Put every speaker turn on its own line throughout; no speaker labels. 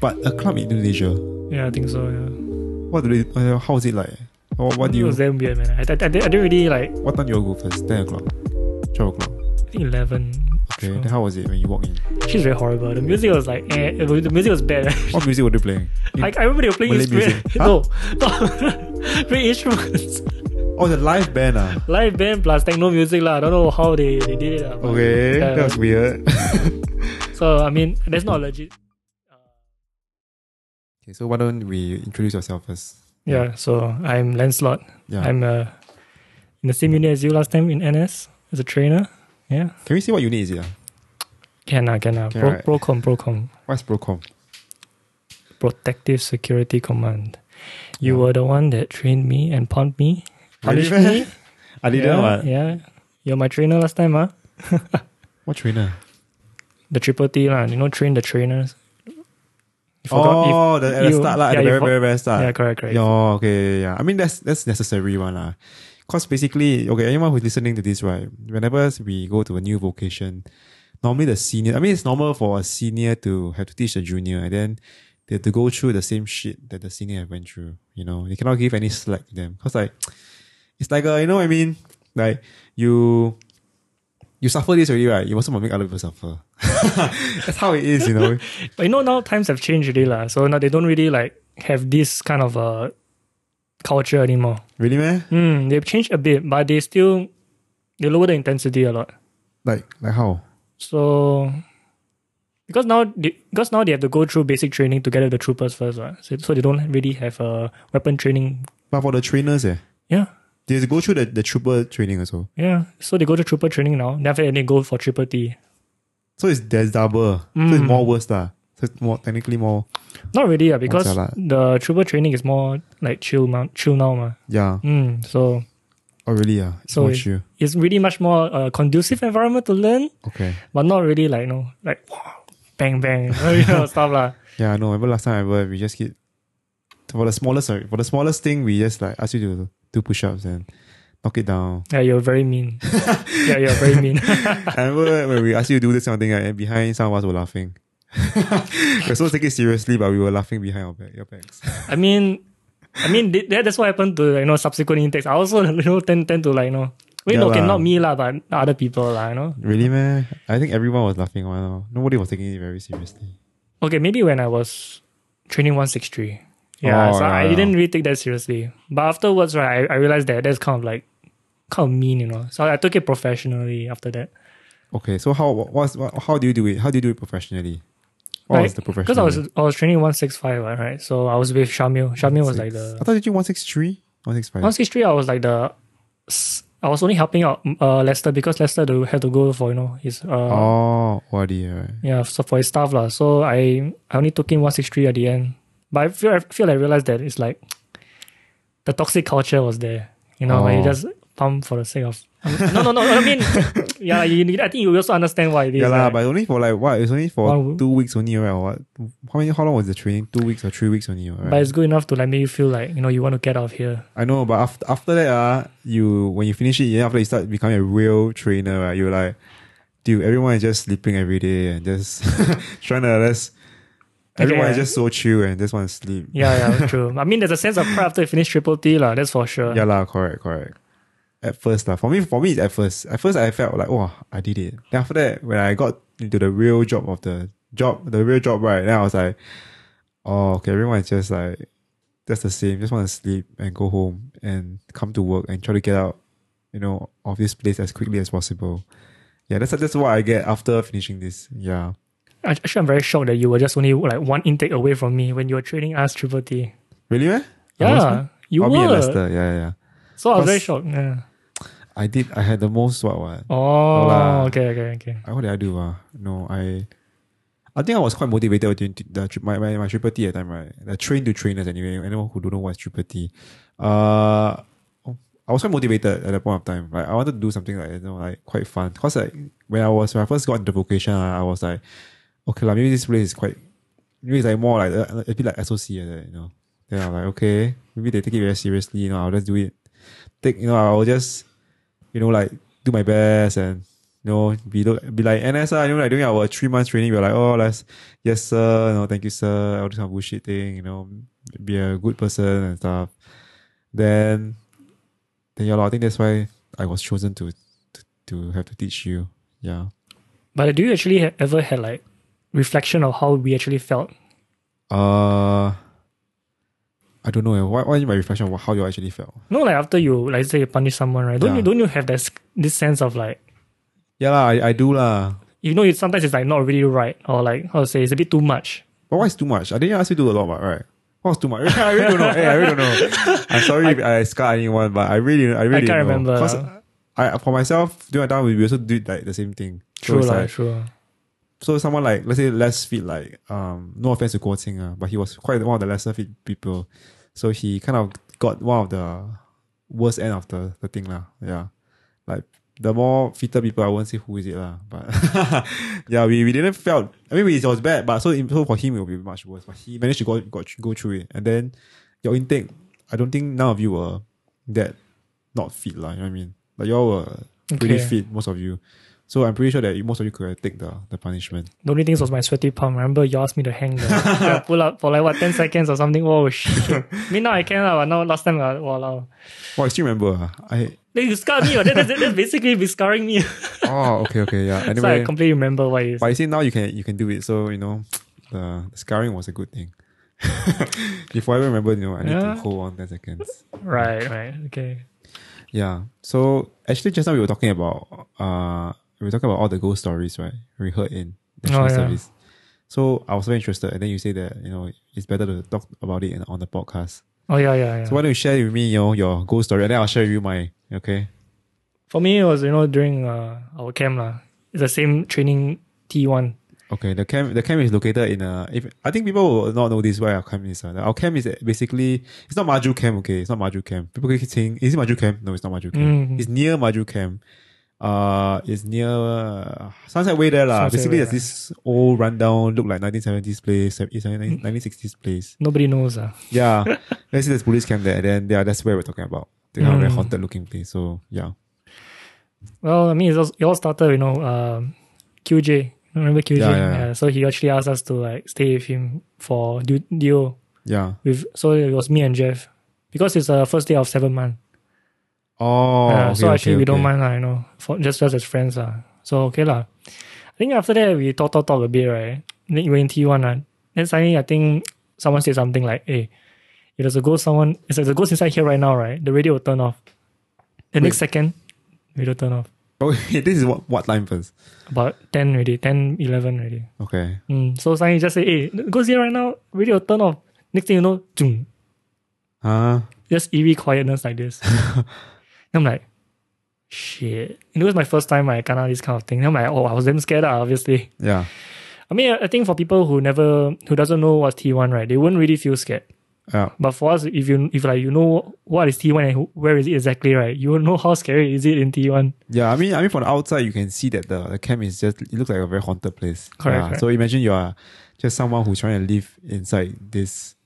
But a club in Indonesia,
Yeah, I think so. Yeah,
what do they? Uh, how is it like? What, what do
it
you?
was damn weird, man. I, I, I, didn't- I didn't really like.
What time you all go first? Ten o'clock, twelve o'clock.
I think eleven.
Okay.
Sure.
Then how was it when you walk in?
She's very horrible. The music was like, eh, the music was bad.
What music were they playing? You-
Like I remember they were playing
Malay
instruments.
music.
No, no, playing instruments.
oh, the live band. Ah.
Live band plus techno music lah. I don't know how they, they did it. lah, but
Okay,
yeah,
that was weird.
so I mean, that's not legit.
okay, so why don't we introduce yourself first?
Yeah. So I'm Lancelot.
Yeah.
I'm uh, in the same unit as you last time in NS as a trainer. Yeah.
Can we see what unit is it? ah?
Can uh, can uh,
Okay,
pro,
right.
Procom Procom
What's Procom?
Protective Security Command. You
Yeah.
were the one that trained me and pumped me, punished
Really?
me.
I didn't.
yeah,
what?
yeah. You're my trainer last time, huh?
What trainer?
the triple T lah. You know, train the trainers. You if-
oh, the, at the
you-
start, like, at
yeah,
the
you
very,
fo-
very, very start.
yeah, correct, correct.
Yeah, okay, yeah. I mean that's that's necessary one lah. Cause basically, okay, anyone who's listening to this, right? Whenever we go to a new vocation, normally the senior. I mean, it's normal for a senior to have to teach a junior, and then they have to go through the same shit that the senior have went through. You know, you cannot give any slack to them. Cause like, it's like uh, you know what I mean? Like you. You suffer this already, right? You also must make other people suffer. That's how it is, you know.
But you know now times have changed already lah. So now they don't really like have this kind of uh, culture anymore.
Really, man?
Hmm, they've changed a bit, but they still they lower the intensity a lot.
Like, like how?
So because now they, because now they have to go through basic training together with the troopers first, right? So, so they don't really have a weapon training.
But for the trainers, eh?
Yeah,
They have to go through the, the trooper training also.
yeah. So they go to trooper training now. Never any go for triple T.
So it's there's double. So it's
Mm.
more worse lah. So it's more technically more
Not really, yeah, because
jialat.
the trooper training is more like chill, ma- chill now, ma.
yeah.
Mm, so
Oh really yeah. It's
So
more
it-
chill.
it's really much more uh, conducive environment to learn,
Okay.
but not really like you know, like wow, bang bang, you know, you know, stuff lah.
Yeah, I know. Remember last time I remember we just get for the smallest sorry, for the smallest thing we just like ask you to do push ups and knock it down.
Yeah, you're very mean. yeah, you're very mean.
I remember when we asked you to do this kind of thing right, and behind some of us were laughing. we're supposed to take it seriously, but we were laughing behind our back, your backs.
I mean, I mean th- that, that's what happened to you know subsequent intakes. I also you know tend tend to like you know, wait,
Yeah um,
no, okay,
lah.
not me lah, but other people lah, you know.
really man? I think everyone was laughing while nobody was taking it very seriously.
Okay, maybe when I was training 163. Yeah,
Oh,
so
yeah,
I
yeah.
didn't really take that seriously. But afterwards, right, I, I realized that that's kind of like, kind of mean, you know. So I took it professionally after that.
Okay, so how what's, what, how do you do it? How do you do it professionally? What was
Like,
the
Because
professional?
I was
way?
I was training 165, right, right? So I was with Shamil. Shamil was like
I
the.
thought you did one six three, one six five.
163, I was like the. s- I was only helping out uh, Lester because Lester do- had to go for, you know, his. Uh,
Oh, what yeah, right.
Yeah, so for his stuff lah. So I I only took in one six three at the end, but I feel I feel I realized that it's like the toxic culture was there. You know, when you
Oh.
just pump for the sake of um, no no no. I mean, yeah, you, need- I think you also understand why it is.
Yeah, lah,
right?
but only for like what? It's only for
One week.
two weeks only, right? Or what? How many? How long was the training? Two weeks or three weeks only, right?
But it's good enough to like make you feel like you know you want to get out of here.
I know, but after after that, uh, you when you finish it, then after you start becoming a real trainer, right? You're like, dude, everyone is just sleeping every day and just trying to just. Everyone is
yeah.
just so chill and just want to sleep.
Yeah, yeah, true. I mean, there's a sense of pride after you finish triple T lah. That's for sure.
Yeah, lah, correct, correct. At first, lah. For me, for me, it's at first. At first, I felt like, oh, I did it. Then after that, when I got into the real job of the job, the real job, right? Then I was like, oh, okay, everyone is just like, that's the same. Just want to sleep and go home and come to work and try to get out, you know, of this place as quickly as possible. Yeah, that's that's what I get after finishing this. Yeah.
Act- Actually, I'm very shocked that you were just only like one intake away from me when you were training us triple T.
Really, man? I was, meh?
Yeah, you
oh, me and
were.
Lester. Yeah, yeah, yeah.
So I was very
Cause-
shocked. Yeah.
I did. I had the most what what.
Oh,
lah.
okay, okay, okay.
I- what did I do? Uh? No, I I think I was quite motivated during t- the, tri- my, my, my triple T at the time, right? The train to trainers anyway, anyone who don't know what's triple T. Uh, I was quite motivated at that point of time. Like I wanted to do something like you know, like quite fun. Cause like when I was when I first got into vocation, I, I was like, okay, like maybe this place is quite maybe it's like more like uh, a bit like SOC like that, you know. Then I'm like, okay, maybe they take it very seriously, you know, I'll just do it. Take you know, I'll just you know, like do my best and You know, be look, be like NS. Uh, you know, like during our three months training, we are like, oh, let's yes sir, no, thank you sir, all this kind of bullshit thing. You know, be a good person and stuff. Then, then yeah, lor, I think that's why I was chosen to to, to have to teach you. Yeah.
But do you actually ha- ever had like reflection of how we actually felt?
Uh, I don't know. eh. What what you mean by reflection? of How you actually felt?
No, like after you like say you punish someone, right? Don't
Yeah.
you don't you have this this sense of like
Yeah lah, I, I do lah.
you know, it sometimes it's like not really right or like how to say it's a bit too much.
But why is too much? I didn't ask you to do a lot, but right. What's too much? I really don't know. Hey, I really don't know. I'm sorry if I scar anyone, but I really, I really
can't
don't know.
remember.
'Cause I, for myself, during that time, we also did like the same thing. So
True,
it's
lah,
like,
true.
so someone like let's say less fit, like um, no offense to Guo Qing, uh, but he was quite one of the lesser fit people. So he kind of got one of the worst end of the the thing lah. Yeah, like the more fitter people, I won't say who is it lah. But yeah, we, we didn't felt. I mean, it was bad, but so in- so for him it will be much worse. But he managed to go got go through it, and then your intake. I don't think none of you were that not fit lah. You know what I mean? Like y'all were pretty
Okay.
fit, most of you. So I'm pretty sure that you- most of you could have take the, the punishment.
The only thing was my sweaty palm. Remember you asked me to hang the, the pull up for like what ten seconds or something. Oh shit. me now I can lah, but now last time I wow.
Oh, I still remember. ah. I
Then you scar me, or that, that, that's basically be scarring me.
oh okay okay yeah.
so I
Anyway,
completely remember why you
but you see now you can you can do it. So you know, the, the scarring was a good thing. if I remember, you know, I need
Yeah.
to hold on ten seconds.
Right, right. Okay.
Yeah. So actually, just now we were talking about uh we were talking about all the ghost stories, right? We heard in national
Oh, yeah.
service. So I was very interested, and then you say that you know it's better to talk about it in, on the podcast.
Oh yeah, yeah, yeah.
So why don't you share with me, you know, your ghost story, and then I'll share with you mine. Okay.
For me, it was you know during uh, our camp lah. It's the same training T one.
Okay, the camp the camp is located in a. If I think people will not know this where our camp is. Uh. Our camp is basically it's not Maju camp. Okay, it's not Maju camp. People keep saying is it Maju camp? No, it's not Maju camp.
Mm.
It's near Maju camp. Uh, it's near uh, Sunset Way there lah.
Sunset
Basically,
Way,
there's this old rundown look like 1970s place, 1970s
Mm.
1960s place.
Nobody knows ah.
Yeah, let's see there's police camp there. And then yeah, that's where we're talking about. They are a very
Mm.
haunted looking place. So yeah,
Well, I mean, it all, it all started, you know, um, QJ. Remember QJ?
Yeah, yeah, yeah.
so he actually asked us to like stay with him for du- duo
yeah.
with. So it was me and Jeff because it's the first day of seven month.
Oh,
Yeah,
okay,
so
okay,
actually we
okay.
don't mind lah, you know, for just just as friends lah. So okay lah. I think after that we talk talk talk a bit right. Then you were in T one lah. Then suddenly I think someone said something like, "Hey, if there's a ghost, someone if there's a ghost inside here right now, right? The radio will turn off. The next second, radio turn off.
But wait, this is what what time first?
About ten already, 10, 11 already.
Okay.
Mm, so suddenly just say, "Hey, the ghost here right now, radio will turn off." Next thing you know, zoom,
Huh?
just eerie quietness like this. Then I'm like, shit. And it was my first time I kind of this kind of thing. Then I'm like, oh, I was damn scared, ah, obviously.
Yeah.
I mean, I I think for people who never, who doesn't know what's T1, right, they wouldn't really feel scared.
Yeah.
But for us, if you, if like you know what is T1 and who- where is it exactly, right, you will know how scary is it in T1.
Yeah. I mean, I mean, from the outside, you can see that the, the camp is just, it looks like a very haunted place.
Correct,
Yeah.
correct.
So imagine you are just someone who's trying to live inside this,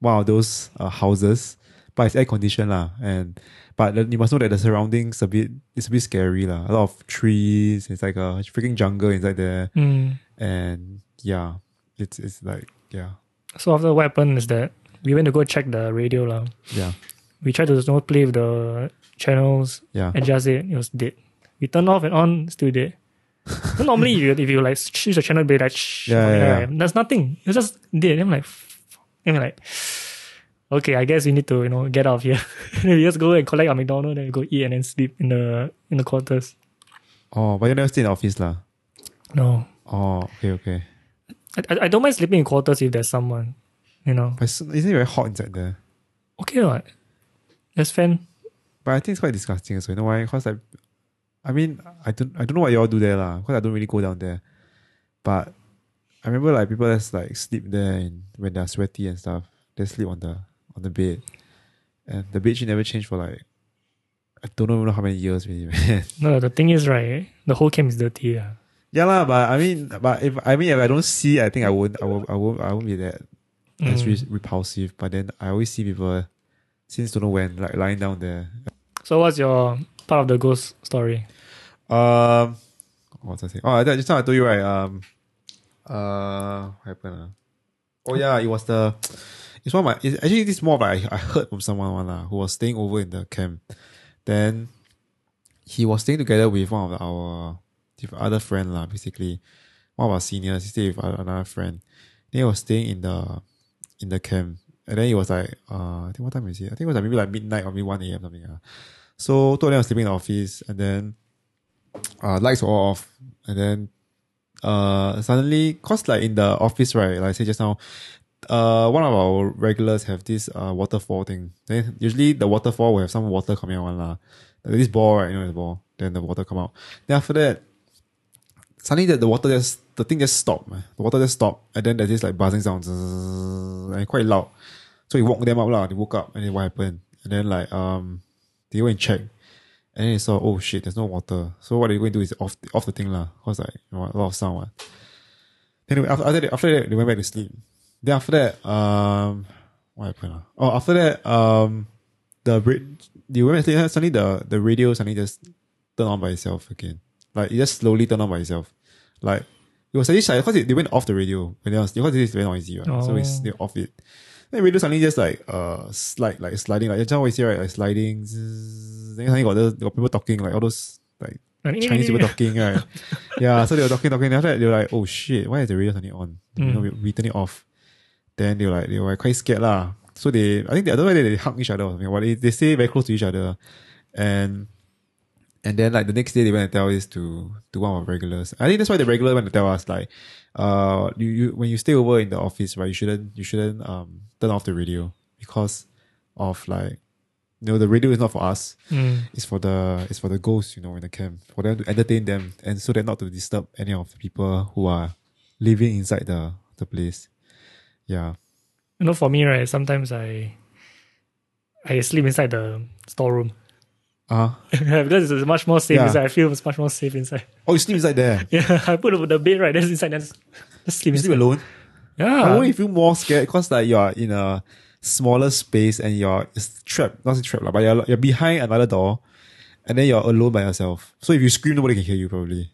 one of those uh, houses, but it's air conditioned lah. And, but then you must know that the surroundings a bit, it's a bit scary lah. A lot of trees. It's like a freaking jungle inside there.
Mm.
And yeah, it's, it's like, yeah.
So after what happened is that we went to go check the radio, lah.
Yeah.
We tried to you know, play with the channels,
Yeah.
and just it, it was dead. We turn off and on, still dead. so normally, you, if you like switch the channel, be like, Shh,
Yeah, yeah, yeah.
there's nothing. It's just dead. And I'm like, "Fuck." and I'm like, okay, I guess we need to you know get out of here. Then we just go and collect our McDonald's, then we go eat and then sleep in the in the quarters.
Oh, but you never stay in the office lah.
No,
Oh, okay, okay.
I, I, I don't mind sleeping in quarters if there's someone, you know.
But it's- isn't it very hot inside there?
Okay, what? That's fan.
But I think it's quite disgusting. also. you know why? Because I, I mean, I don't, I don't know what y'all do there lah. Because I don't really go down there. But I remember like people that's like sleep there and when they're sweaty and stuff, they sleep on the on the bed, and the bed sheet never changed for like, I don't know how many years really, man.
No, the thing is right. The whole camp is dirty. ah.
yeah lah, but I mean, but if I mean if I don't see, I think I won't, I won't, I won't, I won't be that that's
Mm.
re- repulsive. But then I always see people since don't know when like lying down there
So what's your part of the ghost story?
Um, What was I saying? Oh, that, just now I told you right. Um, uh, what happened? ah? Oh yeah, it was the. It's one of my. It's, actually, this is more of like I heard from someone one lah who was staying over in the camp. Then he was staying together with one of our with other friend lah. Basically, one of our seniors. He stayed with a- another friend. Then he was staying in the in the camp. And then it was like uh, I think what time is it? I think it was like maybe like midnight or maybe one a.m. something. ah. So two of them were sleeping in the office, and then uh, lights were all off, and then uh, suddenly, cause like in the office, right? Like I said just now, uh, one of our regulars have this uh waterfall thing. Then usually the waterfall will have some water coming out, one lah. Like this ball, right? You know the ball. Then the water come out. Then after that, suddenly the, the water just the thing just stopped. man. The water just stopped, and then there's this like buzzing sound, zzzz, and quite loud. So he woke them up, lah. They woke up, and then what happened? And then like um, they went and checked. And then they saw, oh shit, there's no water. So what they're going to do is off off the thing lah. Cause like you know, a lot of sound. What. Then after after that, after that they went back to sleep. Then after that, um, what happened? ah? Oh, after that, um, the ra- they went back to sleep. then Suddenly the the radio suddenly just turned on by itself again. Like it just slowly turned on by itself. Like it was actually shy because they went off the radio when they was because it is very noisy, right? So we
Oh.
they off it. Then radio suddenly just like uh slide like sliding like just always see right like sliding. zzz, Then suddenly got those got people talking like all those like Chinese people talking, right? yeah, so they were talking, talking. Then After that, they were like, oh shit, why is the radio suddenly on? You know, we, we turn it off. Then they were like, they were like quite scared lah. So they, I think the other way they, they hug each other or something. But they, they stay very close to each other. And and then like the next day they went and tell this to to one of our regulars. I think that's why the regular went to tell us like, uh, you, you when you stay over in the office, right? You shouldn't you shouldn't um turn off the radio because of like, you know, the radio is not for us.
Mm.
It's for the it's for the ghosts, you know, in the camp for them to entertain them and so that not to disturb any of the people who are living inside the the place. Yeah.
You know, for me, right, sometimes I I sleep inside the storeroom.
Uh
because it's much more safe
Yeah.
inside. I feel it's much more safe inside.
Oh, you sleep inside there.
Yeah, I put the bed right there inside and just, just sleep
You
inside.
sleep alone. I
Yeah.
won't you feel more scared because like you're in a smaller space and you're it's trapped, not trapped, like, but you're, you're behind another door and then you're alone by yourself. So if you scream, nobody can hear you probably.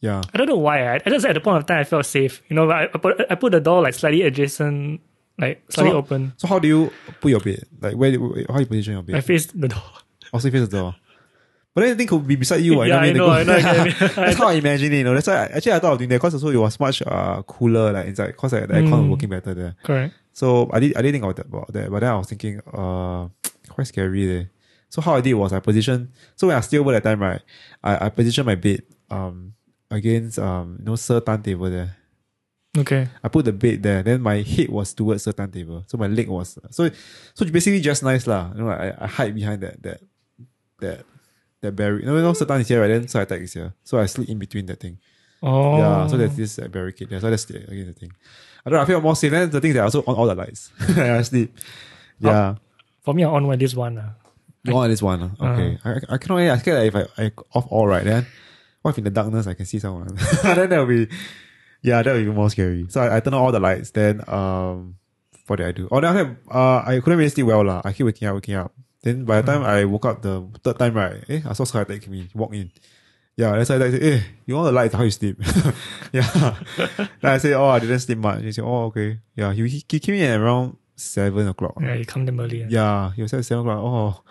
Yeah.
I don't know why. I, I just at the point of time I felt safe. You know, I, I put I put the door like slightly adjacent, like slightly
So-
open.
So how do you put your bed? Like where, where how you position your
I
bed?
faced the door.
Also face the door. But then the thing could be beside you. what,
Yeah,
you know,
I
what
know,
mean?
I know, I
The
get it.
cool- That's how I imagine it. You know, that's why I, actually I thought of doing that because also it was much uh, cooler like inside because like, the aircon was
Mm.
working better there.
Correct.
So I did I didn't think about that, about that. But then I was thinking, uh, quite scary there. So how I did was I positioned. So when I stayed over that time, right, I, I positioned my bed um against um you know Sir Tan table there.
Okay.
I put the bed there. Then my head was towards Sir Tan table. So my leg was so so basically just nice lah. You know, I, I hide behind that that that that barrier. No, no, Sir Tan is here, right? Then Sir Attack is here. So I slid in between that thing.
Oh.
Yeah, so there's this like, barricade there. So that's the, again, the thing. I don't know, I feel more safe. Then the thing is that I also on all the lights. I sleep. Yeah.
For me, I on one this one. ah.
You on this one. ah. Okay. I, I cannot, I scared that if I, I off all right, then what if in the darkness I can see someone? then that'll be, yeah, that would be more scary. So I, I turn on all the lights. Then, um, what did I do? Oh, then after that, uh, I couldn't really sleep well. lah. I keep waking up, waking up. Then by the time I woke up the third time, right, eh, I saw Sky take me, walk in. Yeah, that's why I like, eh, you want the lights, how you sleep? yeah. then I say, oh, I didn't sleep much. He said, oh, okay. Yeah, he, he, he came in at around seven o'clock.
Yeah, you come them early. ah.
Uh-huh. Yeah, he was at seven o'clock. Oh,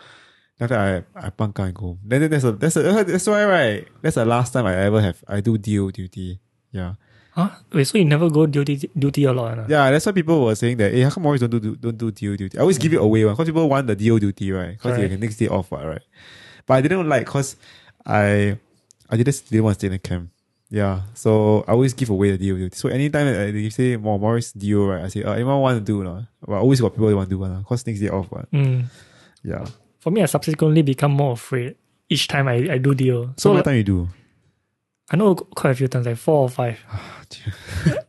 then after that I I punk out and go. home. Then, then that's a, that's a, that's why- that's why right. That's the last time I ever have I do DO duty. Yeah,
Huh? Wait, so you never go duty duty a lot? ah?
yeah. That's why people were saying that. Hey, how come always don't do- do don't do DO duty? I always give it away one because people want the DO duty right because they
Correct.
can next day off what, right. But I didn't like because I I didn't didn't want to stay in the camp. Yeah, so I always give away the DO duty. So anytime uh, they say more Morris DO right, I say uh, anyone want to do no? But I always got people who want to do one because next day off one.
Mm.
Yeah.
For me, I subsequently become more afraid each time I, I do deal.
So,
So,
what time you do?
I know quite a few times, like four or five.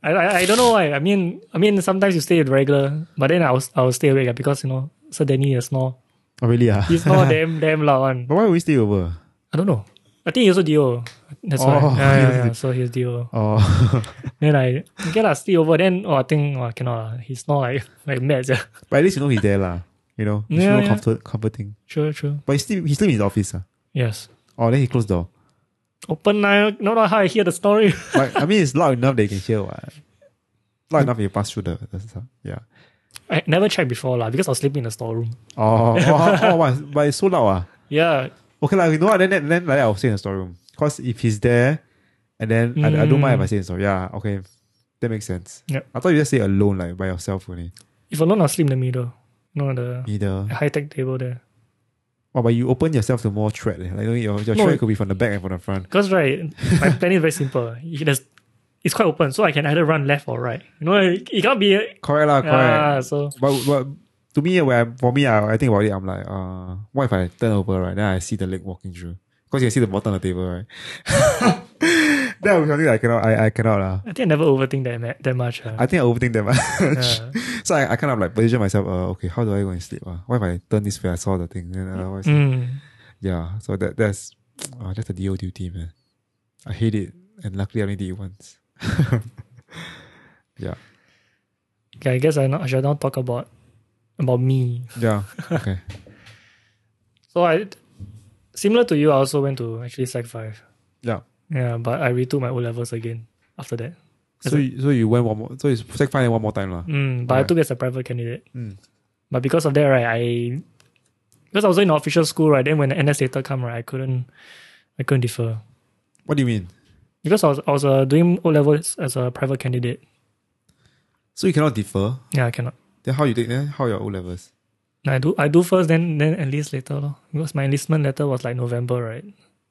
I, I I don't know why. I mean I mean sometimes you stay with regular, but then I was I will stay awake ah, because you know Sir Danny is snore.
Oh really? Ah.
He snore damn damn loud one.
But why would we stay over?
I don't know. I think he also DO. That's why.
Oh, he
Yeah, yeah,
also
yeah. So he's DO.
Oh,
Then I get lah, stay over. Then oh I think oh I cannot. lah. He snore like like mad. Yeah.
but at least you know he's there, lah. You know, you
Yeah,
feel
yeah.
comfort, comforting.
True, true.
But he still he still in his office, ah.
Yes.
Oh, then he closed door.
Open eye, not how I hear the story.
Like, I mean, it's loud enough they can hear. What? Loud enough you pass through the, the stuff. Yeah.
I never checked before lah because I was sleeping in the storeroom.
Oh, oh, oh, what? but it's so loud. Ah.
Yeah,
Okay, like, you know what? Then, then, then like, I'll stay in the storeroom. Because if he's there, and then I, I don't mind if I stay in the store. Yeah, okay. That makes sense.
Yep.
I thought you just stay alone, like by yourself only.
if alone, I'll sleep in the middle. No, the
Either.
high tech table there.
Oh, but you open yourself to more threat. eh. Like, you know, your, your
No.
threat could be from the back and from the front.
Because right, my plan is very simple. You just, it's quite open, so I can either run left or right. You know, it, it can't be.
Correct, lah, correct.
Ah, so
But, but to me, when I, for me, I, I think about it, I'm like, uh, what if I turn over, right? Then I see the leg walking through. Because you can see the bottom of the table, right? that was something that I cannot, I, I cannot. Uh.
I think I never overthink that ma- that much. Uh.
I think I overthink them.
Yeah.
so I, I kind of like position myself, uh, okay, how do I go and sleep? Uh, what if I turn this way? I saw the thing. Then, uh, what is-
Mm.
Yeah, so that that's, uh, that's a DO duty, man. I hate it. And luckily, I only did it once. yeah.
Okay, I guess I, not, I should now talk about about me.
Yeah. Okay.
So I, similar to you, I also went to actually Sec Five.
Yeah.
Yeah, but I retook my O levels again after that.
So you, so you went one more, so you sec five and one more time lah.
Mm, but I
Alright.
took it as a private candidate.
Mm.
But because of that, right, I because I was in official school, right? Then when the NS data come, right, I couldn't, I couldn't defer
What do you mean?
because I was I was uh, doing O levels as a private candidate.
So you cannot defer?
Yeah, I cannot.
Then how you take then how your O levels?
I do I do first, then then enlist later, lor. Because my enlistment letter was like November, right?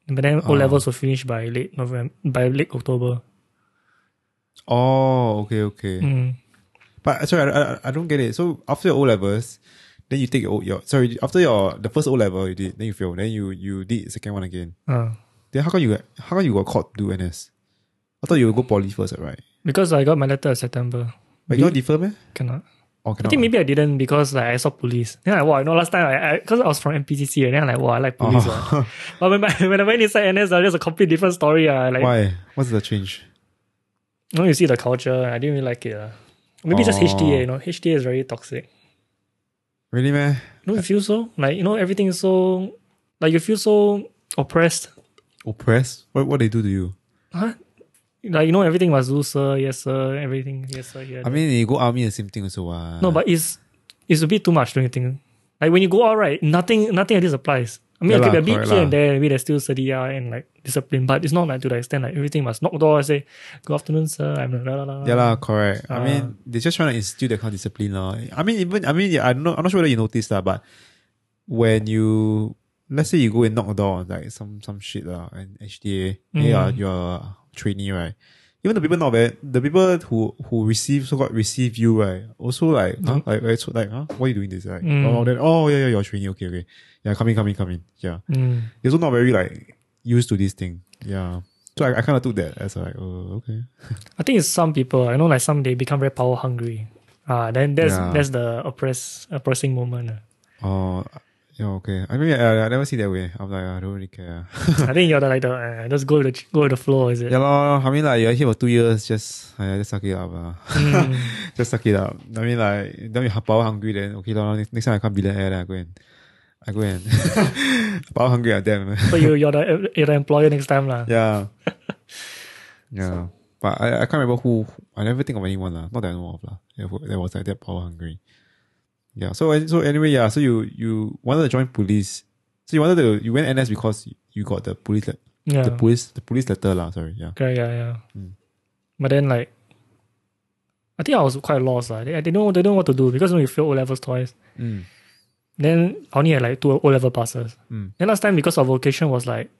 But then O
Ah.
levels were finished by late November, by late October.
Oh, okay, okay.
Mm.
But sorry, I, I, I don't get it. So after your O levels, then you take your, O- your sorry after your the first O level you did, then you fail, then you you did second one again.
Uh,
Then how come you got- how come you got caught to do NS? I thought you would go poly first, right?
because I got my letter in September.
But you cannot defer, man.
Cannot.
Oh,
I
cannot.
think maybe I didn't because like I saw police. Then I wow, you know, last time I because I, was from MPCC and then I like wow, I
Oh.
like police. ah. but when, my, when I went inside NS, there's a complete different story. Uh, like
Why? What's the change?
you know, you see the culture. I didn't really like it. Uh. Maybe just
Oh.
HTA. You know, HTA is very toxic.
Really, man?
Don't you feel so? Like you know, everything is so like you feel so oppressed.
Oppressed? What what they do to you?
Huh? Like you know, everything was do sir, yes sir, everything yes sir. Yeah,
I mean, you go army the same thing also. Uh.
no, but it's it's a bit too much, don't you think? Like when you go out, right, nothing nothing like this applies. I mean,
Yeah
I could be
lah,
a bit
correct
here
lah.
and there, maybe there's still sedia and like discipline, but it's not like to the extent like everything must knock door and say, "Good afternoon, sir." I'm la la la.
Yeah lah, correct. I
Ah.
mean, they're just trying to instill that kind of discipline lah. I mean, even I mean, yeah, I'm not I'm not sure whether you noticed that, but when you let's say you go and knock a door, like some some shit lah, and HDA,
Mm.
yeah, you're a trainee, right? Even the people not bad, the people who who receive so called receive you, right? Also like, huh? like, like, so like, huh? Why you doing this? Like,
Mm.
oh, then, oh yeah, yeah, you're a trainee. Okay, okay, yeah, come in, come in, come in. Yeah,
Mm.
they're also not very like used to this thing. Yeah, so I, I kind of took that as like, oh, okay.
I think it's some people. I know, like some they become very power hungry. Ah, then that's
Yeah.
that's the oppress oppressing moment. ah.
Oh, yeah, okay. I mean, I, I never see that way. I'm like, I don't really care.
I think you're the, like the uh, just go with the go with the flow. Is it?
yeah, lor. I mean, like, you're here for two years, just, yeah, just suck it up. Uh.
Mm.
just suck it up. I mean, like, then you're power hungry, then, okay, lor, next, next time I can't be billionaire, then I go and, I go and, power hungry at them.
so you you're the you're the employer next time, lah.
yeah. Yeah. but I, I can't remember who, I never think of anyone, lah. not that I know of, lah. that wa- that was like that power hungry. Yeah, so, an- so anyway, yeah, so you, you wanted to join police. So you wanted to, you went NS because you got the police, le-
Yeah.
the police the police letter lah sorry yeah
Correct, yeah, yeah.
Mm.
But then like, I think I was quite lost. Like, they, they don't they don't know what to do because when you fail O levels twice,
mm.
then I only had like two O level passes.
Mm.
Then last time because our vocation was like,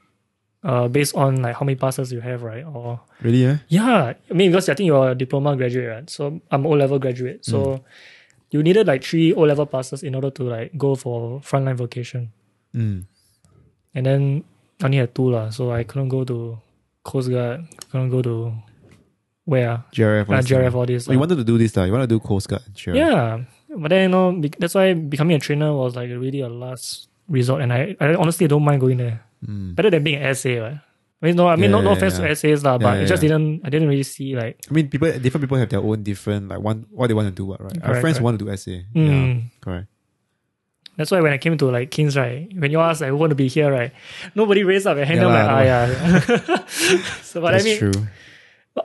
uh, based on like how many passes you have, right? Or
really eh?
yeah, I mean because I think you're a diploma graduate, right? So I'm O level graduate, so. You needed like three O level passes in order to like go for frontline vocation,
mm.
and then I only had two lah, so I couldn't go to Coast Guard, couldn't go to where ah?
GRF all
uh,
this
GRF
thing.
all this.
So Oh, you wanted to do this lah you want to do coast guard and GRF
yeah, but then you know be- that's why becoming a trainer was like really a last resort, and I, I honestly don't mind going there.
mm.
Better than being an SA, right? I mean, no, I mean,
Yeah,
no, no
yeah,
offense
yeah.
to SAs lah,
Yeah,
but
yeah,
it just
yeah.
didn't. I didn't really see like.
I mean people different people have their own different like one what they want to do what right our
Correct, Mm.
friends
correct.
want to do SA yeah
Mm.
correct
That's why when I came to like Kings, right, when you asked, I want to be here, right, nobody raised up their hand.
Yeah
I'm like,
lah,
ah, yeah. so, but
That's
I mean,
true.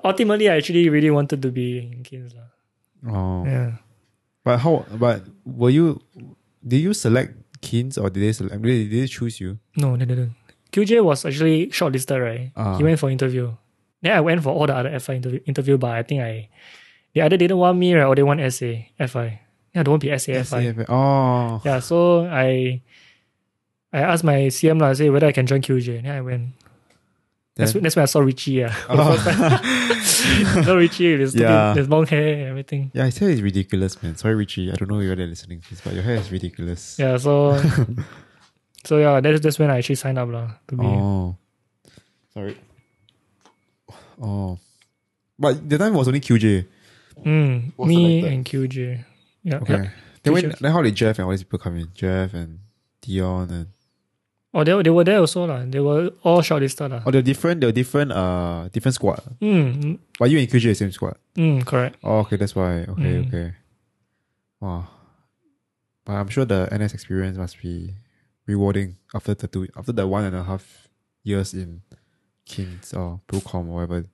ultimately, I actually really wanted to be in Kings. lah.
Oh,
Yeah.
but how? But were you? Did you select Kins or did they select? Did they, did they choose you?
No, they didn't. QJ was actually shortlisted, right?
Ah.
He went for interview. Then I went for all the other FI interview, interview but I think I they either didn't want me right, or they want SA FI. Yeah, don't want be SA FI.
SAFI. Oh,
Yeah, so I I asked my CM lah, say whether I can join QJ. Then I went. That's,
Then- Oh.
that's when I saw Richie. Yeah, no Richie with his, stupid,
Yeah.
his long hair and everything.
yeah. His hair is ridiculous, man. Sorry, Richie. I don't know if you're listening to this, but your hair is ridiculous.
Yeah, so so yeah, that's that's when I actually signed up lah to be.
Oh, sorry. Oh, but the time was only QJ.
Mm,
Was
me
selected.
and QJ. Yeah,
Okay.
yeah.
Then when
Teachers.
then how did Jeff and all these people come in? Jeff and Dion and
Oh, they, they were there also lah. They were all shortlisted lah.
oh they're different. They're different. Uh, different squad.
Mm,
But you and QJ are same squad.
mm, correct.
Oh, okay, that's why. Okay,
Mm.
okay. Wow. But I'm sure the NS experience must be rewarding after the two, after the one and a half years in Kings or Procom or whatever.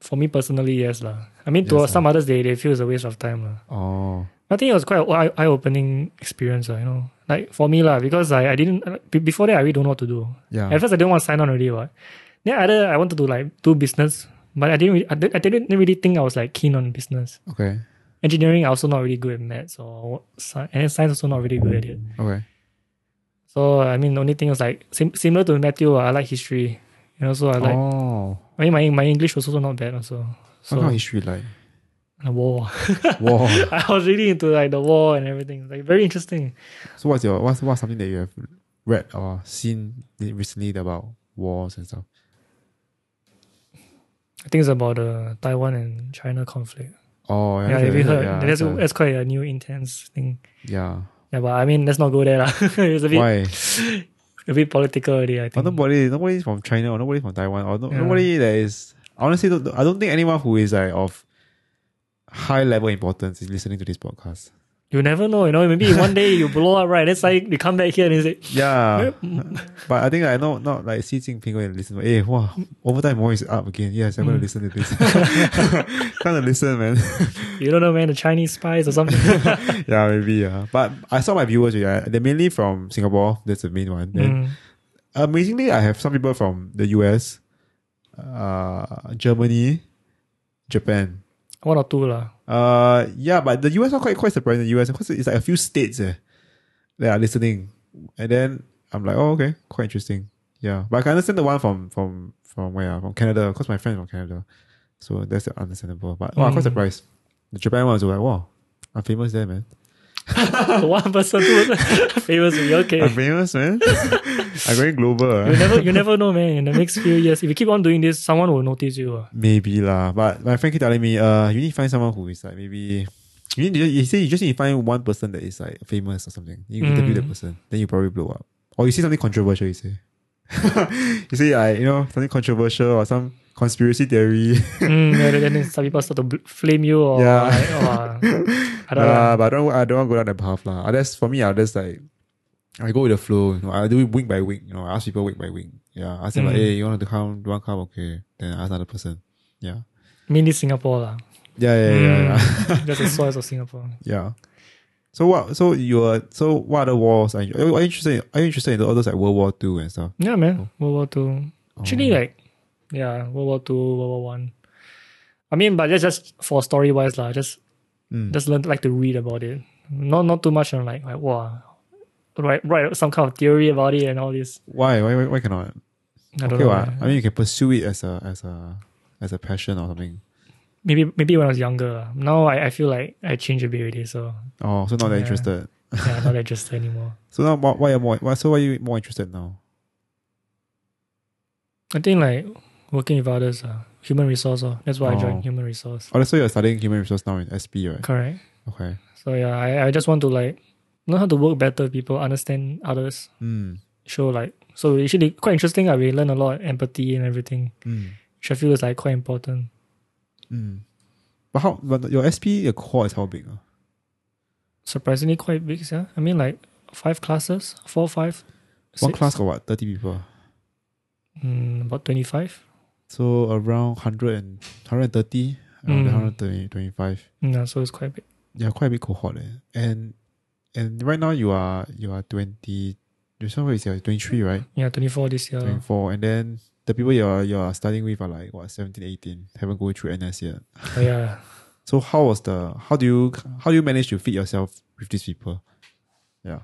For me personally, yes lah. I mean, to
Yes lah.
some others, they, they feel it's a waste of time lah.
Oh,
I think it was quite an eye opening experience lah. You know, like for me lah, because I, I didn't be- before that I really don't know what to do.
yeah.
At first, I didn't want to sign on already. What? Then either I wanted to like do business, but I didn't. Really, I, did, I didn't really think I was like keen on business.
okay,
Engineering, I also not really good at maths or sci- and then science also not really good at it.
okay.
So I mean, the only thing was like sim- similar to Matthew, ah, I like history. You know, so I like.
oh,
I mean, my my English was also not bad also.
what kind of
So
history like?
the war.
Wow.
I was really into like the war and everything. Like very interesting.
so what's your what's what's something that you have read or seen recently about wars and stuff?
I think it's about the Taiwan and China conflict.
Oh,
yeah,
that's
have
a-
you
that's a-
heard?
Yeah,
that's,
that's a-
that's quite a new intense thing.
yeah.
Yeah, but I mean, let's not go there. lah. it's a bit
Why?
a bit political already. I
Or
think.
nobody, nobody's from China, or nobody's from Taiwan, or no,
Yeah.
nobody that is. Honestly, don't- I don't think anyone who is like of high level importance is listening to this podcast.
You never know. You know, maybe one day you blow up, right? That's like you come back here and you say,
Yeah, but I think I know not like Xi Jinping going to listen. Hey, wow, overtime more is up again. Yes, I'm
Mm.
going to listen to this. Kind of listen, man.
you don't know, man, the Chinese spies or something.
yeah, maybe. Yeah, but I saw my viewers. Yeah, they're mainly from Singapore. That's the main one. Then
Mm.
amazingly, I have some people from the US, uh, Germany, Japan.
One or two lah.
Uh, yeah, but the US are quite quite surprising. The US because it's like a few states eh, that are listening, and then I'm like, oh okay, quite interesting. Yeah, but I can understand the one from from from where ah, from Canada because my friend from Canada, so that's understandable. But oh, I'm quite
Mm.
surprised. The Japan ones were like, wow, I'm famous there, man.
one person who famous. with you. Okay.
I'm famous, man. I'm going global. ah.
You never, you never know, man. In the next few years, if you keep on doing this, someone will notice you. ah.
Maybe lah, but my friend keep telling me, uh, you need to find someone who is like maybe. You need to, he say you just need to find one person that is like famous or something. You
Mm.
interview that person, then you probably blow up. Or you see something controversial, you say. you say like you know something controversial or some conspiracy theory.
Mm, yeah, then then some people start to bl- flame you or,
Yeah. Uh,
like, or uh, I don't know.
Nah, but I don't I don't want to go down that path lah. I just for me I just like I go with the flow. You know, I do it week by week. You know, I ask people week by week. Yeah, I ask them like,
Mm.
hey, you want to come? Do you want to come? Okay, then I ask another person.
Mm.
Yeah,
mainly Singapore lah.
yeah, yeah, yeah. yeah, yeah.
That's the source of Singapore.
Yeah. So what? So you are. So what other wars are you, are you interested? In, are you interested in the others like World War Two and stuff?
Yeah, man. World
Oh.
War Two. Actually, like, yeah, World War Two, World War One. I. mean, but that's just for story wise lah. Just
Mm.
just learn like to read about it. Not not too much on like like wow, right right some kind of theory about it and all this.
Why? Why? Why, why cannot?
I don't
Okay,
know.
what? I
man.
mean, you can pursue it as a as a as a passion or something.
Maybe maybe when I was younger. lah. Now I, I feel like I changed a bit already. So
Oh, so not that
Yeah.
interested.
yeah, not interested anymore.
So now, why- why are more? Why, so why are you more interested now?
I think like working with others, uh, human resource. Uh, that's why I
Oh.
joined human resource.
Oh, so you're studying human resource now in SP, right?
Correct.
Okay.
So yeah, I, I just want to like learn how to work better, people understand others,
Mm.
show like so actually quite interesting. Uh, we learn a lot empathy and everything,
Mm.
which I feel is like quite important.
Mm. But how? But your SP, your core is how big? ah?
Surprisingly, quite big. Yeah, I mean like five classes, four, five,
One
six,
class got what? 30 people.
mm, about 25.
So around 100 and, 130, around
Mm.
120, 25.
Yeah, so it's quite big.
Yeah, quite a big cohort. Eh. And and right now you are you are 20, you said what you said, 23, right?
Yeah, 24 this year.
24. And then the people you are you are studying with are like, what, 17, 18, haven't gone through NS yet.
Oh, yeah.
So how was the, how do you, how do you manage to fit yourself with these people? Yeah.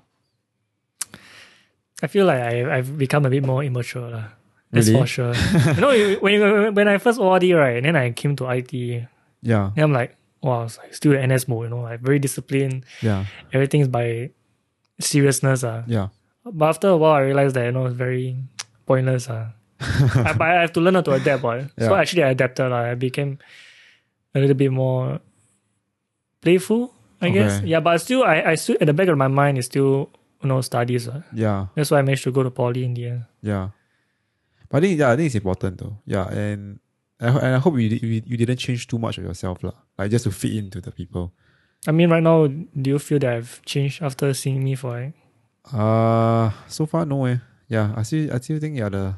I feel like I, I've become a bit more immature. lah. That's
Really?
for sure. you know, you- when, you- when I first ORD, right, and then I came to IT, then
Yeah.
I'm like, wow, I was like still in NS mode, you know, like very disciplined.
Yeah.
Everything's by seriousness. Uh.
Yeah.
But after a while, I realized that, you know, it's very pointless. Uh. I, but I have to learn how to adapt. Right? So
Yeah.
actually, I adapted. lah. I became a little bit more playful, I guess.
Okay.
Yeah, but still, I, I still, at the back of my mind, is still, you know, studies. Uh.
Yeah.
That's why I managed to go to poly in the end.
Yeah, but I think yeah, I think it's important though. Yeah, and I, ho- and I hope you, di- you you didn't change too much of yourself lah. Like just to fit into the people.
I mean, right now, do you feel that I've changed after seeing me for it?
Uh so far no eh. Yeah, I still I still think you're the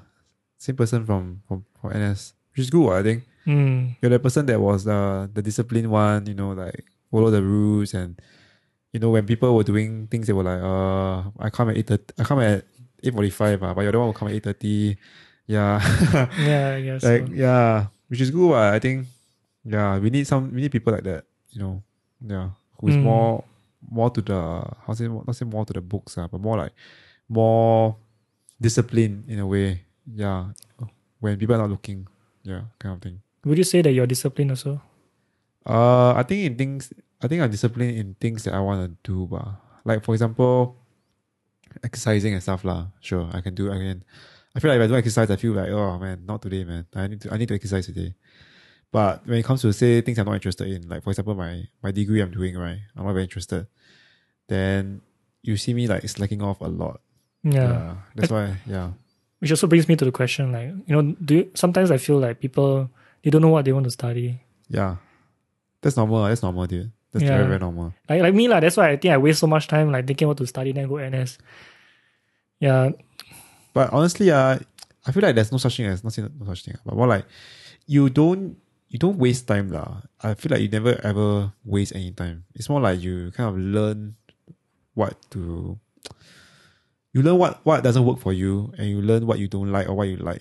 same person from from, from NS, which is good. what, I think
Mm,
you're the person that was uh, the disciplined one. You know, like follow the rules and you know when people were doing things, they were like, uh, I come at eight thirty, I come at eight forty five, but you're the one who come at eight thirty. Yeah.
yeah, I guess. so.
like yeah, which is good. what I think yeah, we need some we need people like that. You know, yeah, who is
Mm.
more more to the how say not say more to the books, uh, but more like more disciplined in a way. Yeah, when people are not looking, yeah, kind of thing.
Would you say that you're disciplined also?
Uh, I think in things, I think I'm disciplined in things that I want to do, but like for example, exercising and stuff lah. Sure, I can do. I can. I feel like if I don't exercise, I feel like oh man, not today, man. I need to. I need to exercise today. But when it comes to say things I'm not interested in, like for example, my my degree I'm doing right, I'm not very interested. Then you see me like slacking off a lot.
Yeah.
that's why. Yeah,
Which also brings me to the question, like you know, do you, sometimes I feel like people they don't know what they want to study.
yeah. That's normal. That's normal, dude. That's
Yeah.
very very normal.
Like like me, like that's why I think I waste so much time like thinking what to study, then go NS. Yeah,
But honestly, uh, I feel like there's no such thing as not say no such thing, but more like you don't you don't waste time lah. I feel like you never ever waste any time. It's more like you kind of learn what to you learn what what doesn't work for you, and you learn what you don't like or what you like.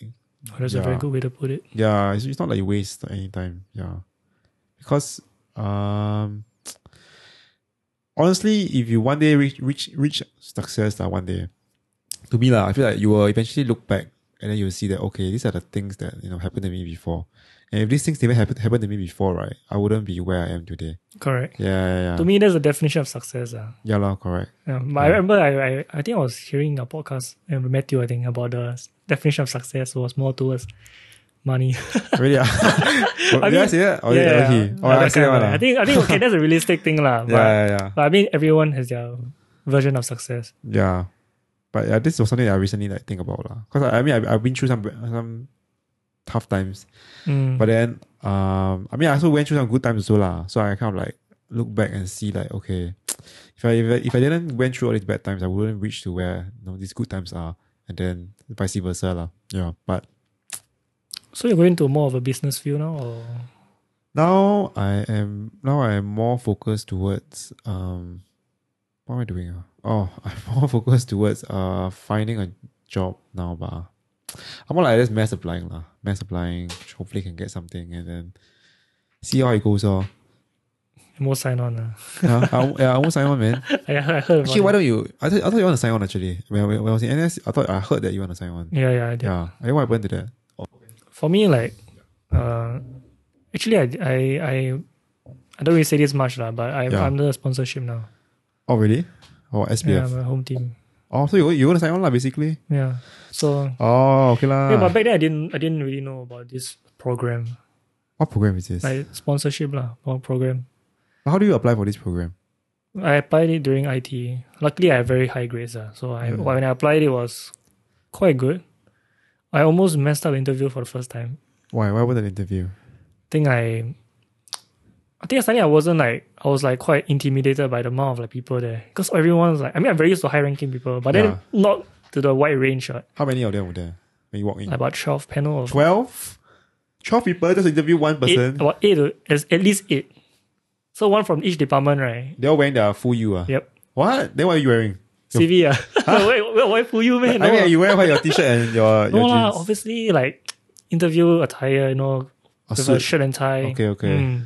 Oh, that's a very
Yeah.
good way to put it.
Yeah, it's, it's not like you waste any time. Yeah, because um, honestly, if you one day reach reach reach success, like one day, to me lah, I feel like you will eventually look back and then you will see that okay, these are the things that you know happened to me before, and if these things never happened happened to me before, right, I wouldn't be where I am today.
Correct.
Yeah, yeah, yeah.
To me, that's the definition of success. Uh.
yeah, lah, correct.
Yeah, but I
Yeah.
remember I, I I think I was hearing a podcast and Matthew I think about the s- definition of success was more towards money.
really? ah? Did I,
mean,
say that? Or Oh,
yeah,
okay. Or
yeah,
I
that
say that
kind of-
one.
I
ah?
think I think okay, that's a realistic thing lah. But,
yeah, yeah, yeah.
but I mean, everyone has their version of success.
Yeah, but yeah, this was something that I recently like think about lah. Cause I, I mean I, I've been through some some tough times,
Mm,
but then um I mean I also went through some good times also lah. So I kind of like look back and see like okay, if I if I, if I didn't went through all these bad times, I wouldn't reach to where you know, these good times are, and then vice versa lah. Yeah, but
so you're going to more of a business view now, or
now I am now I am more focused towards um what am I doing? ah? Oh, I'm more focused towards uh finding a job now, but I'm more like just mass applying lah. Mass applying, hopefully can get something and then see how it goes. Oh,
more sign on? Uh.
Huh? I, won't- yeah, I won't sign on, man.
I, I heard about
Actually, why
it.
don't you? I, th- I thought you want to sign on actually. When, when, when I was in NS, I thought I heard that you want to sign on.
Yeah, yeah, I did.
Yeah, I what happened to that?
For me, like, uh, actually, I I I, I don't really say this much lah, but I,
Yeah.
I'm under sponsorship now.
Oh, really? Oh,
Yeah,
SPF.
my home team.
oh, so you you want to sign on lah, basically?
Yeah, so.
Oh, okay lah.
Yeah, but back then I didn't I didn't really know about this program.
what program is this?
Like sponsorship lah, or program.
How do you apply for this program?
I applied it during IT. Luckily I have very high grades, ah. so I
Mm.
when I applied it was quite good. I almost messed up the interview for the first time.
Why? Why was an interview?
I think I I think suddenly I wasn't like I was like quite intimidated by the amount of like people there because everyone's like I mean I'm very used to high ranking people, but
Yeah.
then not to the wide range. Right?
How many of them were there when you walk in?
Like about twelve panel of
12? 12 people just interview one
eight,
person.
about eight to- as at least eight. So one from each department, right?
They all wearing their full U. ah.
Yep.
What? Then what are you wearing?
CV ah. why, why, why fool you man?
I
No
mean,
lah.
you wear what, your t-shirt and your, your
no lah,
jeans.
obviously like interview attire, you know,
A
with
suit.
a shirt and
Ah,
tie.
Okay, okay.
Mm.